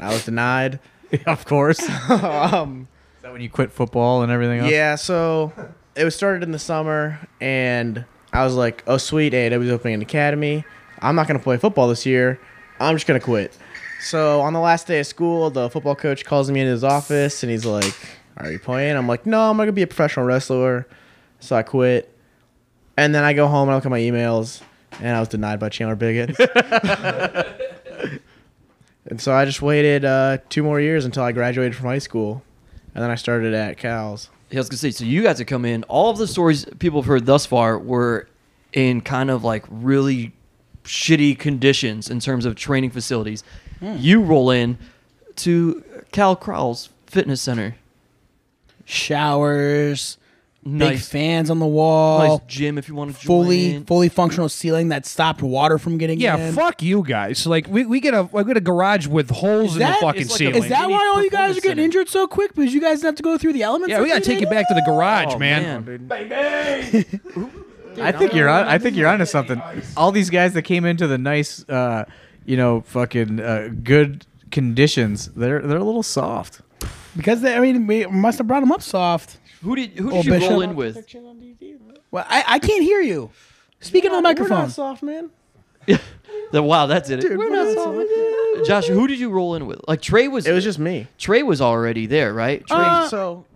H: I was denied.
E: of course. Is
H: um,
E: that when you quit football and everything else?
H: yeah, so it was started in the summer, and I was like, oh, sweet, AEW is opening an academy. I'm not going to play football this year. I'm just going to quit. So on the last day of school, the football coach calls me in his office, and he's like, are you playing? I'm like, no, I'm going to be a professional wrestler. So I quit. And then I go home and I look at my emails, and I was denied by Chandler Biggins. and so I just waited uh, two more years until I graduated from high school, and then I started at Cal's.
A: Yeah, I was gonna say. So you guys have come in. All of the stories people have heard thus far were in kind of like really shitty conditions in terms of training facilities. You roll in to Cal Crowell's fitness center.
G: Showers, big
A: Nice.
G: fans on the wall,
A: nice gym if you want to
G: Uh, fully
A: join.
G: fully functional ceiling that stopped water from getting
C: Yeah,
G: in.
C: fuck you guys. Like we, we get a we get a garage with holes in the
G: That-
C: fucking
A: it's like a-
C: ceiling.
G: Is that why all you guys are
A: Performance
G: getting
A: center.
G: injured so quick? Because you guys didn't have to go through the elements.
C: yeah, we gotta
G: every
C: take
G: day?
C: you back to the garage,
A: Oh,
C: man.
E: I think you're on. I think you're onto something. All these guys that came into the nice, uh, you know, fucking uh, good conditions, they're they're a little soft.
G: Because they, I mean, we must have brought them up soft.
A: Who did who did
G: Oh,
A: you roll
G: Bishop.
A: in with?
G: Well, I, I can't hear you. Speaking of the
H: We're
G: microphone,
H: not soft, man.
A: The- wow, that did it.
H: not
A: Josh, who did you roll in with? Like Trey was.
H: It was just me.
A: Trey was already there, right? Trey,
G: Uh,
H: so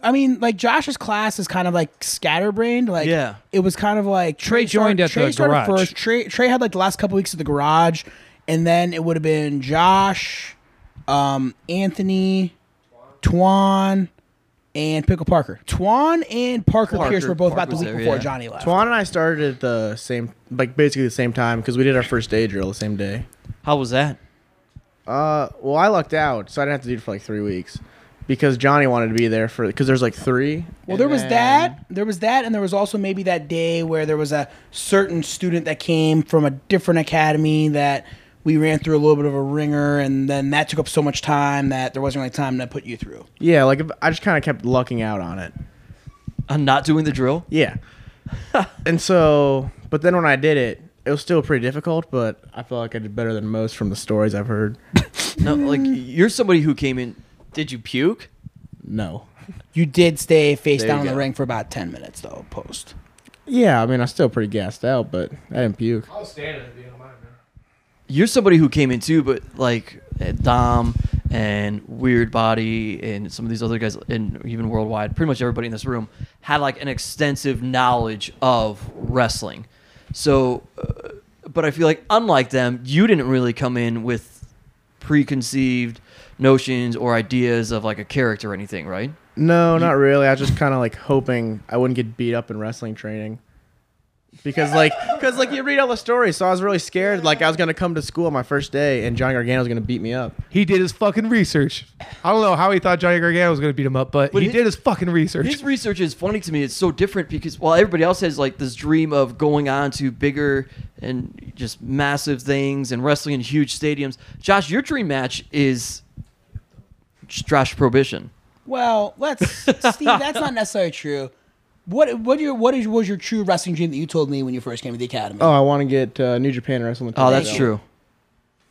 G: I mean, like Josh's class is kind of like scatterbrained. Like,
A: Yeah.
G: it was kind of like
C: Trey joined
G: started-
C: at
G: Trey
C: the
G: started
C: garage.
G: First. Trey, Trey had like the last couple weeks at the garage, and then it would have been Josh, um, Anthony, Twan, and Pickle Parker. Twan and Parker,
A: Parker-
G: Pierce were both about
A: Parker
G: the
A: was
G: week
A: there,
G: before
A: yeah.
G: Johnny left.
H: Twan and I started at the same, like basically the same time because we did our first day drill the same day.
A: how was that?
H: Uh, well, I lucked out, so I didn't have to do it for like three weeks because Johnny wanted to be there for because there's like three.
G: Well,
H: and
G: there was
H: then-
G: that. There was that, and there was also maybe that day where there was a certain student that came from a different academy that we ran through a little bit of a ringer, and then that took up so much time that there wasn't really time to put you through.
H: Yeah, like I just kind of kept lucking out on it.
A: I'm Uh, not doing the drill.
H: Yeah. and so, but then when I did it, it was still pretty difficult, but I felt like I did better than most from the stories I've heard.
A: No, like you're somebody who came in. Did you puke?
H: No.
G: You did stay face
H: There
G: down
H: you
G: in the
H: go.
G: ring for about ten minutes, though. Post.
H: Yeah, I mean, I was still pretty gassed out, but I didn't puke.
A: You're somebody who came in too, but like eh, Dom and Weird Body and some of these other guys, and even worldwide, pretty much everybody in this room had like an extensive knowledge of wrestling. So, uh, but I feel like unlike them, you didn't really come in with preconceived notions or ideas of like a character or anything, right?
H: No, not really. I was just kind of like hoping I wouldn't get beat up in wrestling training. Because like, because like you read all the stories, so I was really scared. Like I was gonna come to school on my first day, and Johnny Gargano was gonna beat me up.
I: He did his fucking research. I don't know how he thought Johnny Gargano was going to beat him up, but,
A: But
I: he
A: his-
I: did his fucking research.
A: His research is funny to me. It's so different because while everybody else has like this dream of going on to bigger and just massive things and wrestling in huge stadiums, Josh, your dream match is Josh Prohibition.
G: Well, let's Steve. That's not necessarily true. What what your what is was your true wrestling dream that you told me when you first came to the academy?
H: Oh, I want to get uh, New Japan to wrestle in the.
A: Oh, that's
H: tournament.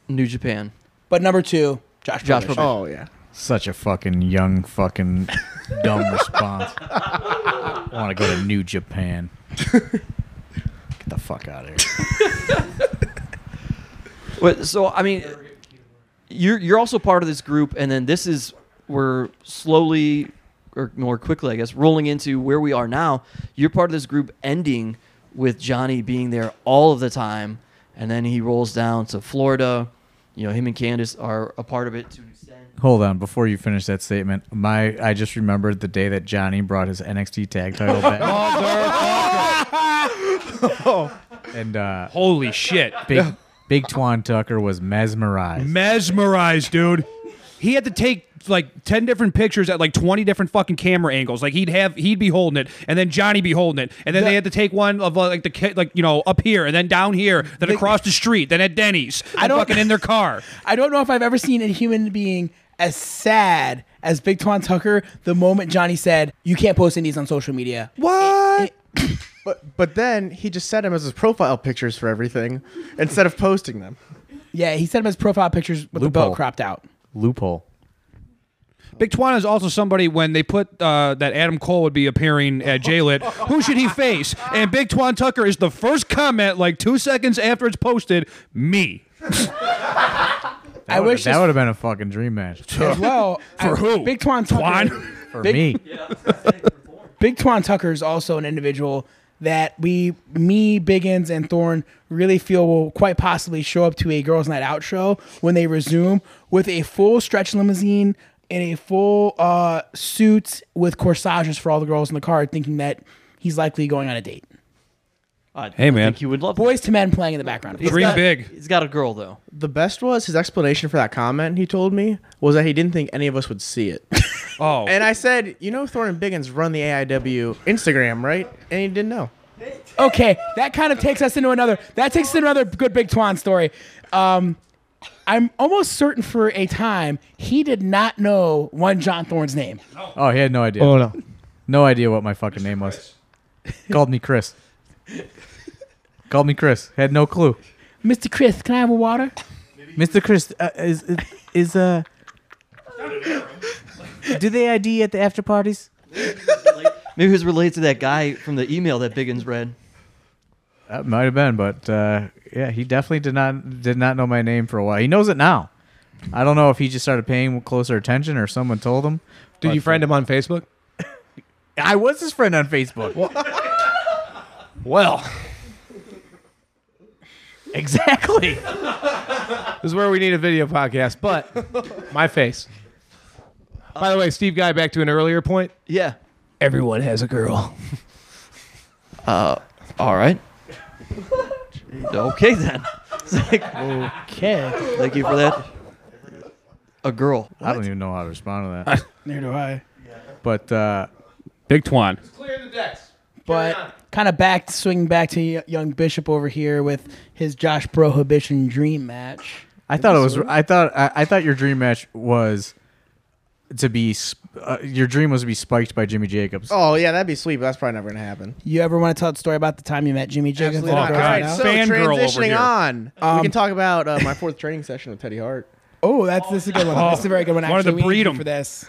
A: true. New Japan.
G: But number two, Josh.
A: Josh
G: Prohibition.
H: Oh yeah.
E: Such a fucking young, fucking dumb response. I want to go to New Japan. Get the fuck out of here.
A: But, so I mean, you're you're also part of this group, and then this is we're slowly or more quickly, I guess, rolling into where we are now. You're part of this group, ending with Johnny being there all of the time, and then he rolls down to Florida. You know, him and Candace are a part of it. To an extent.
E: Hold on, before you finish that statement, my I just remembered the day that Johnny brought his NXT tag title back, and uh,
C: Holy shit.
E: Big Big Twan Tucker was mesmerized.
C: Mesmerized, dude. He had to take like ten different pictures at like twenty different fucking camera angles. Like he'd have he'd be holding it, and then Johnny be holding it, and then they had to take one of uh, like the kid like you know up here, and then down here, then across the street, then at Denny's, I
G: don't-
C: fucking in their car.
G: I don't know if I've ever seen a human being as sad as Big Twan Tucker the moment Johnny said, You can't post indies on social media.
H: What? but but then he just set him as his profile pictures for everything instead of posting them.
G: Yeah, he sent him his profile pictures with the
E: Loophole.
G: belt cropped out.
E: Loophole.
C: Big Twana is also somebody when they put uh, that Adam Cole would be appearing at JLit. Who should he face? And Big Twan Tucker is the first comment, like two seconds after it's posted, me.
E: That I
G: wish
E: that
G: this-
E: would have been a fucking dream match
G: as well.
C: For
G: I-
C: who?
G: Big Twan Tucker.
C: Twan?
E: for
G: Big-
E: me.
G: Big Twan Tucker is also an individual that we, me, Biggins, and Thorne really feel will quite possibly show up to a Girls Night Out show when they resume with a full stretch limousine and a full uh, suit with corsages for all the girls in the card, thinking that he's likely going on a date.
C: Hey, man.
A: He would love
G: Boys to men playing in the background.
C: Dream big.
A: He's got a girl though.
H: The best was his explanation for that comment he told me was that he didn't think any of us would see it.
C: Oh,
H: and I said, You know, Thornton Biggins run the AIW Instagram, right? And he didn't know.
G: Okay, that kind of takes us into another. That takes us into another good Big Twan story. Um, I'm almost certain for a time he did not know one John Thorne's name.
E: Oh, he had no idea.
H: Oh, no.
E: No idea what my fucking name was. Called me Chris. Called me Chris. Had no clue.
G: Mr. Chris, can I have a water?
E: Mr. Chris uh, is is- is uh. Do they ID at the after parties?
A: Maybe he was related to that guy from the email that Biggins read.
E: That might have been, but uh, yeah, he definitely did not did not know my name for a while. He knows it now. I don't know if he just started paying closer attention or someone told him.
F: Did you friend him on Facebook?
E: I was his friend on Facebook.
F: Well,
E: exactly.
F: this is where we need a video podcast. But my face. By the way, Steve Guy, back to an earlier point.
A: Yeah.
F: Everyone has a girl.
A: Uh, All right. okay then. It's like,
G: Okay.
A: Thank you for that. A girl.
E: I don't even know how to respond to that.
G: Neither do I.
E: But uh,
C: Big Twan.
G: But kind of back, swinging back to y- young Bishop over here with his Josh Prohibition dream match.
E: I thought it was. I thought. I, I thought your dream match was to be. sp- Uh, your dream was to be spiked by Jimmy Jacobs.
H: Oh, yeah, that'd be sweet, but that's probably never going to happen.
G: You ever want to tell the story about the time you met Jimmy Jacobs?
H: Absolutely
C: Oh,
H: not.
C: God.
H: All right, so
C: Fangirl over
H: transitioning
C: here.
H: on, we can talk about uh, my fourth training session with Teddy Hart.
G: Oh, that's this is a good one. This is a very good one.
C: Wanted to
G: Actually, we need
C: breed
G: you
C: 'em.
G: for this.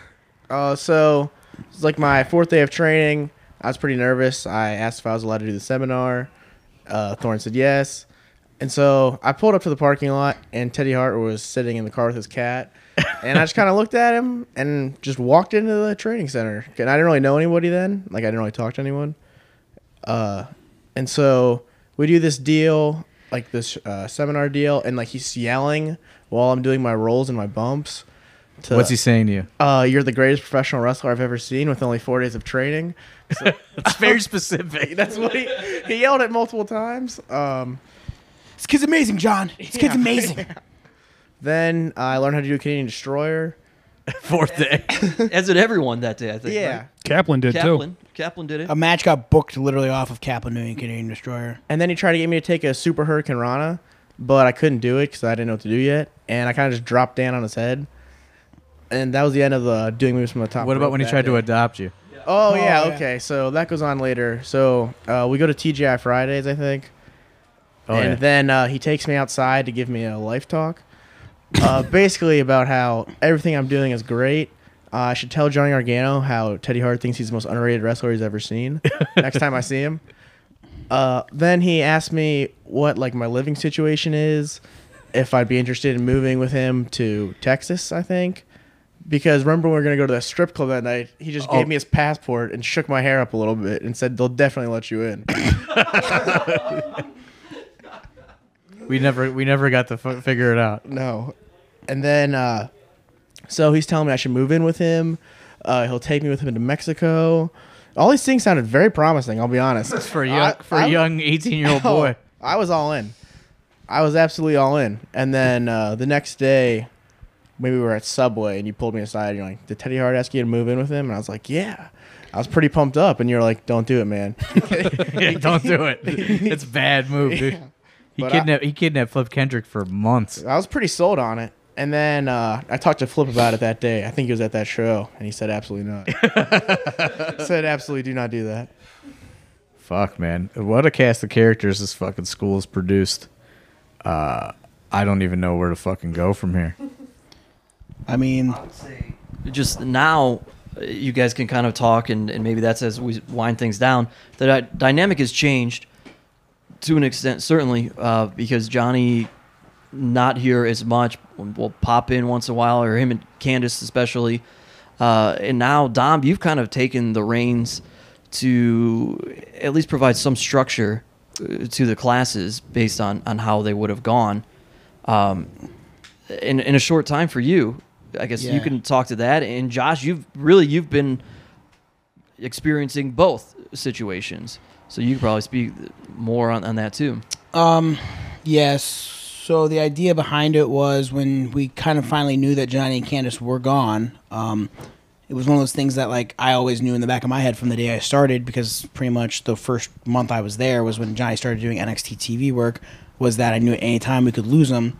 H: Uh, so it's like my fourth day of training. I was pretty nervous. I asked if I was allowed to do the seminar. Uh, Thorne said yes, and so I pulled up to the parking lot, and Teddy Hart was sitting in the car with his cat, and I just kind of looked at him and just walked into the training center. And I didn't really know anybody then. Like I didn't really talk to anyone. Uh, and so we do this deal, like this uh, seminar deal, and like he's yelling while I'm doing my rolls and my bumps. To,
E: What's he saying to you?
H: uh, you're the greatest professional wrestler I've ever seen with only four days of training.
E: It's very specific.
H: That's what he, he yelled at multiple times. Um,
G: This kid's amazing, John. This kid's amazing.
H: then I learned how to do a Canadian Destroyer.
E: Fourth day.
A: As did everyone that day, I think.
H: Yeah.
A: right?
C: Kaplan did
A: Kaplan. Kaplan did it.
G: A match got booked literally off of Kaplan New and Canadian Destroyer.
H: And then he tried to get me to take a Super Hurricane Rana, but I couldn't do it because I didn't know what to do yet. And I kind of just dropped down on his head. And that was the end of the doing moves from the top.
E: What about
H: rope
E: when he
H: that
E: tried
H: day.
E: to adopt you?
H: Oh, yeah,
G: yeah.
H: okay. So that goes on later. So uh, we go to TGI Fridays, I think.
E: Oh,
H: and
E: yeah.
H: then uh, he takes me outside to give me a life talk, uh, basically about how everything I'm doing is great. Uh, I should tell Johnny Argano how Teddy Hart thinks he's the most underrated wrestler he's ever seen. next time I see him. Uh, then he asked me what like my living situation is, if I'd be interested in moving with him to Texas. I think. Because remember when we were gonna go to that strip club that night, he just
E: Oh.
H: gave me his passport and shook my hair up a little bit and said they'll definitely let you in.
E: we never. We never got to f- figure it out.
H: No. And then, uh, so he's telling me I should move in with him. Uh, he'll take me with him to Mexico. All these things sounded very promising. I'll be honest.
E: For a young, for a
H: I- oh,
E: young eighteen-year-old boy.
H: I was all in. I was absolutely all in. And then uh, the next day, maybe we were at Subway, and you pulled me aside. And you're like, "Did Teddy Hart ask you to move in with him?" And I was like, "Yeah." I was pretty pumped up, and you're like, "Don't do it, man."
E: Yeah, don't do it. It's a bad move, dude. He
H: But I-
E: kidnapped. he kidnapped Flip Kendrick for months.
H: I was pretty sold on it. And then uh, I talked to Flip about it that day. I think he was at that show, and he said, "Absolutely not." said, "Absolutely do not do that."
E: Fuck, man. What a cast of characters this fucking school has produced. Uh, I don't even know where to fucking go from here.
G: I mean,
A: just now uh, you guys can kind of talk and, and maybe that's as we wind things down the dy- dynamic has changed to an extent certainly uh, because johnny not here as much will pop in once in a while or him and candace especially uh, and now dom you've kind of taken the reins to at least provide some structure uh, to the classes based on, on how they would have gone Um, in in a short time for you. I guess you
G: Yeah.
A: can talk to that. And Josh, you've really you've been experiencing both situations, so you could probably speak more on, on that too.
G: Um, yes. So the idea behind it was when we kind of finally knew that Johnny and Candace were gone. Um, it was one of those things that like I always knew in the back of my head from the day I started because pretty much the first month I was there was when Johnny started doing NXT TV work. Was that I knew at any time we could lose him.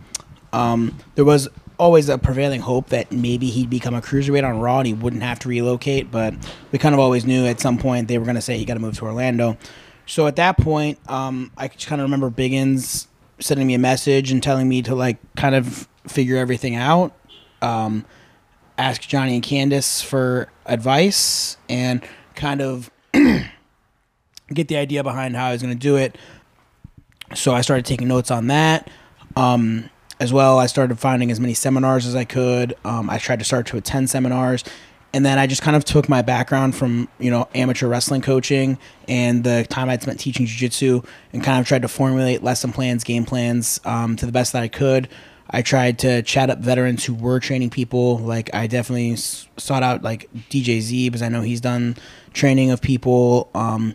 G: Um, there was always a prevailing hope that maybe he'd become a cruiserweight on Raw and he wouldn't have to relocate, but we kind of always knew at some point they were going to say he got to move to Orlando. So at that point, um, I just kind of remember Biggins sending me a message and telling me to like kind of figure everything out, um, ask Johnny and Candace for advice, and kind of get the idea behind how I was going to do it. So I started taking notes on that. Um, as well, I started finding as many seminars as I could. Um, I tried to start to attend seminars. And then I just kind of took my background from, you know, amateur wrestling coaching and the time I'd spent teaching jiu-jitsu and kind of tried to formulate lesson plans, game plans um, to the best that I could. I tried to chat up veterans who were training people. Like I definitely s- sought out like DJ Z because I know he's done training of people. Um,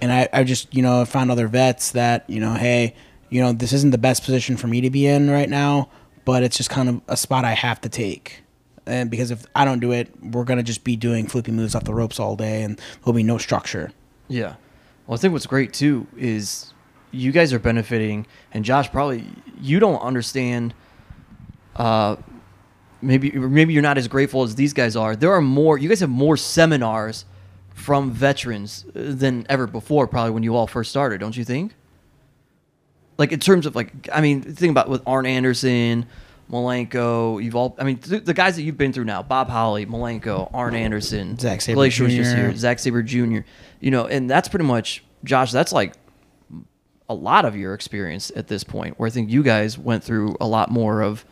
G: and I, I just you know found other vets that you know hey you know this isn't the best position for me to be in right now but it's just kind of a spot i have to take and because if i don't do it we're going to just be doing flippy moves off the ropes all day and there'll be no structure
A: Yeah. Well, I think what's great too is you guys are benefiting, and Josh probably you don't understand. Uh, maybe maybe you're not as grateful as these guys are. There are more. You guys have more seminars from veterans uh, than ever before. Probably when you all first started, don't you think? Like in terms of like, I mean, think about with Arn Anderson, Malenko. You've all, I mean, th- the guys that you've been through now: Bob Holly, Malenko, Arn Anderson,
G: Zack Sabre
A: Glacier was just
G: Jr..
A: here, Zack Saber Jr. You know, and that's pretty much Josh. That's like a lot of your experience at this point, where I think you guys went through a lot more of.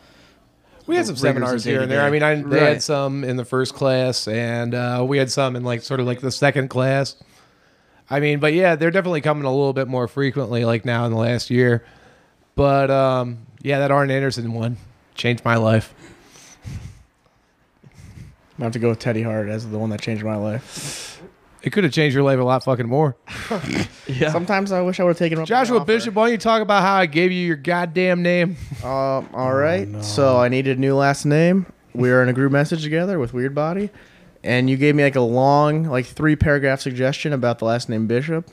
F: We had some
A: rigors of
F: seminars here and
A: day-to-day.
F: there. I mean, I they
A: Right.
F: had some in the first class, and uh, we had some in like sort of like the second class. I mean, but yeah, they're definitely coming a little bit more frequently, like now in the last year. But um, yeah, that Arn Anderson one changed my life.
H: I have to go with Teddy Hart as the one that changed my life.
F: It could have changed your life a lot fucking more.
A: Yeah.
H: Sometimes I wish I would have taken him up on the
F: Joshua
H: offer.
F: Bishop, why don't you talk about how I gave you your goddamn name?
H: Um, all right. So I needed a new last name. We were in a group message together with Weird Body, and you gave me like a long, like three paragraph suggestion about the last name Bishop,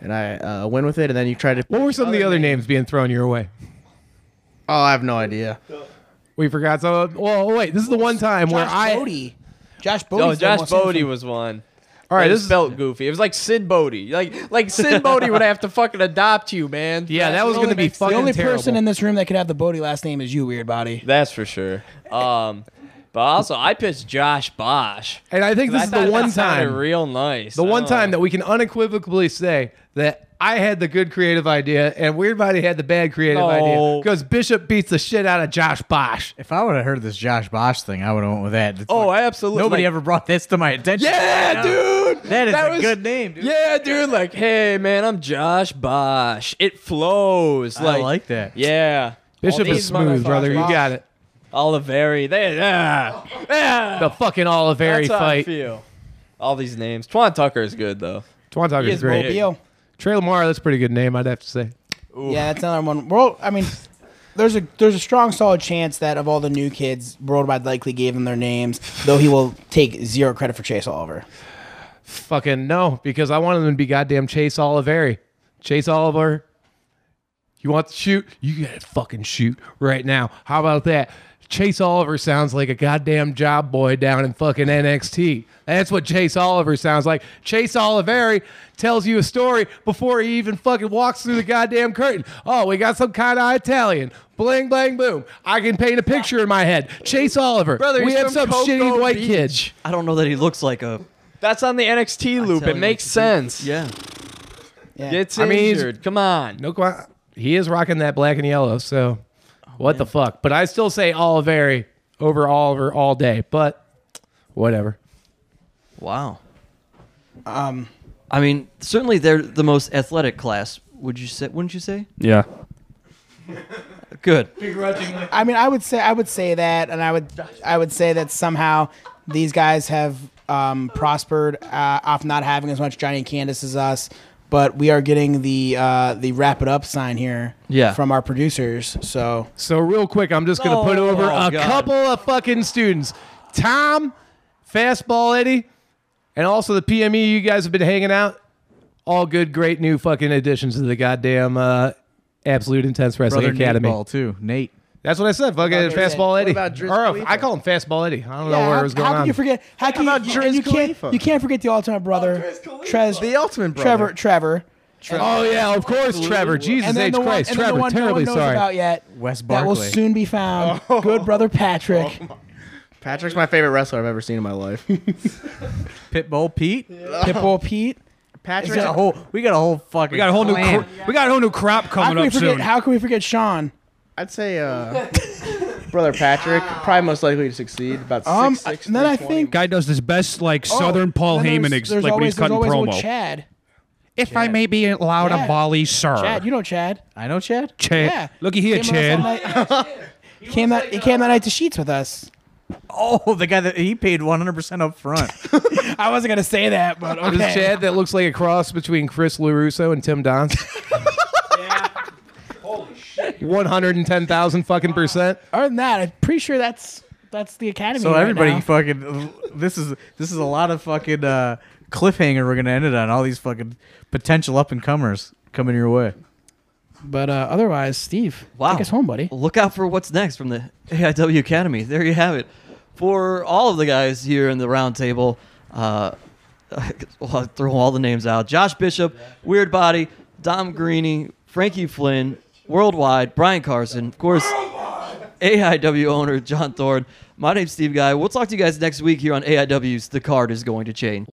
H: and I uh, went with it. And then you tried to.
F: What were some of the other names being thrown your way?
H: Oh, I have no idea.
F: We forgot some. Well, wait, this is the one time where
G: josh
F: I.
G: bodie josh bodie
D: No, Oh, Josh Bodie was one.
F: All right,
D: it
F: this is
D: felt goofy. It was like Sid Bodie. Like like Sid Bodie would have to fucking adopt you, man.
F: yeah, that was going to be
G: the
F: fucking
G: only
F: terrible.
G: person in this room that could have the bodie last name is you weird body
D: That's for sure. Um, but also I pitched Josh Bosch.
F: and I think this
D: I
F: is
D: thought
F: the
D: that
F: one
D: sounded
F: time.
D: real nice. Oh.
F: The
D: I
F: one
D: don't
F: time
D: know.
F: that we can unequivocally say that I had the good creative idea and Weird Body had the bad creative
D: No.
F: idea because Bishop beats the shit out of Josh Bosch.
E: If I would have heard this Josh Bosch thing, I would have went with that. It's
D: Oh,
E: like,
D: absolutely.
E: nobody
D: Like,
E: ever brought this to my attention.
D: Yeah, dude.
E: that is
D: that
E: a
D: was-
E: good name, dude.
D: Yeah, dude. Like, hey, man, I'm Josh Bosch. It flows.
E: I
D: Like,
E: like that.
D: yeah.
F: Bishop
D: All
F: is
D: these
F: smooth, brother. You
D: motherfuckers.
F: got it.
D: Oliveri. They, yeah. Yeah.
F: The fucking Oliveri
D: That's how I
F: fight.
D: feel. All these names. Twan Tucker is good, though.
F: Twan
D: He
F: Tucker's
D: is
F: great.
D: mobile.
G: Yo.
F: Trey Lamar, that's a pretty good name, I'd have to say.
G: yeah that's another one well i mean there's a there's a strong solid chance that of all the new kids worldwide likely gave them their names though he will take zero credit for chase oliver
F: Fucking no, because I want him to be goddamn Chase Oliveri. Chase Oliver, you want to shoot? You gotta fucking shoot right now. How about that? Chase Oliver sounds like a goddamn job boy down in fucking NXT. That's what Chase Oliver sounds like. Chase Oliveri tells you a story before he even fucking walks through the goddamn curtain. Oh, we got some kind of Italian. Bling, bling, boom. I can paint a picture in my head. Chase Oliver.
D: Brother,
F: we
D: he's
F: have some
D: from Cocoa
F: shitty white
D: Beach.
F: kid.
A: I don't know that he looks like a.
D: That's on the NXT
A: tell
D: loop.
A: you
D: It
A: what
D: makes
A: to do.
D: sense.
A: Yeah.
G: Yeah.
D: Gets
F: I mean, he's-
D: injured. Come on.
F: No, qua- he is rocking that black and yellow. So, what the fuck? But I still say Oliveri over Oliver all day. But whatever.
A: Wow. Um, I mean, certainly they're the most athletic class. Would you say? Wouldn't you say?
C: Yeah.
A: Good.
G: I mean, I would say I would say that, and I would I would say that somehow these guys have um, prospered uh, off not having as much Johnny and Candace as us, but we are getting the uh, the wrap it up sign here,
A: Yeah.
G: from our producers. So
F: So real quick, I'm just gonna put
A: Oh,
F: over a
A: God.
F: couple of fucking students. Tom, fastball Eddie, and also the PME. You guys have been hanging out. All good, great new fucking additions to the goddamn uh, Absolute Intense Wrestling
E: Brother
F: Academy.
E: Nate Ball too. Nate.
F: That's what I said. Fucking
H: What about-
F: fastball Eddie.
H: what about Driz
F: Or, uh,
H: Khalifa?
F: I call him fastball Eddie. I don't know
G: Yeah,
F: where
G: how,
F: it was going
G: how
F: on.
G: can you forget? How can
H: about
G: you,
H: Drez
G: and you can't
H: Khalifa?
G: you can't forget the ultimate brother, Trez,
H: The ultimate brother.
G: Trevor, Trevor,
F: Oh yeah, of course, Trevor. Jesus
G: and then
F: H
G: the one, and
F: Christ,
G: then the
F: Trevor.
G: one no
F: terribly
G: one knows
F: sorry. Oh.
G: about yet.
E: Wes
G: That will
E: Barkley.
G: soon be found. Good brother Patrick.
H: Patrick's my favorite wrestler I've ever seen in my life.
E: Pitbull Pete.
G: Pitbull Pete.
E: We
H: Patrick,
E: got a whole. We got a whole fucking.
C: We got a whole new
E: clan.
C: cro- we got a whole new crop
G: Oh, How
C: coming
G: can we
C: up
G: forget?
C: soon.
G: How can we forget Sean?
H: I'd say uh, brother Patrick, probably most likely to succeed. About
G: Um,
H: six six.
G: and then I
H: 320.
G: think
C: Guy does his best like
G: Oh,
C: Southern Paul
G: then
C: Heyman,
G: there's-
C: ex-
G: there's
C: like when he's
G: always- there's
C: cutting
G: always old
C: promo.
G: Chad,
C: If I may be allowed
G: Chad.
C: a volley, sir.
G: Chad, you know Chad.
E: I know Chad.
C: Chad.
G: Yeah.
C: Looky here,
G: Came
C: Chad.
G: out that night- came that he came that night to sheets with us.
E: Oh, the guy that he paid 100 percent up front.
G: I wasn't gonna say that, but
F: This
G: okay.
F: Chad that looks like a cross between Chris Larusso and Tim Donz. One hundred and ten thousand fucking percent.
G: Other than that, I'm pretty sure that's that's the academy.
E: so
G: right
E: everybody
G: now.
E: fucking. This is this is a lot of fucking uh, cliffhanger. We're gonna end it on all these fucking potential up and comers coming your way.
G: But uh, otherwise, Steve,
A: Wow.
G: take us home, buddy.
A: Look out for what's next from the AIW Academy. There you have it. For all of the guys here in the round table, uh, I'll throw all the names out. Josh Bishop, Weird Body, Dom Greeny, Frankie Flynn, Worldwide, Brian Carson, of course, AIW owner John Thorne. My name's Steve Guy. We'll talk to you guys next week here on AIW's The Card is Going to Change.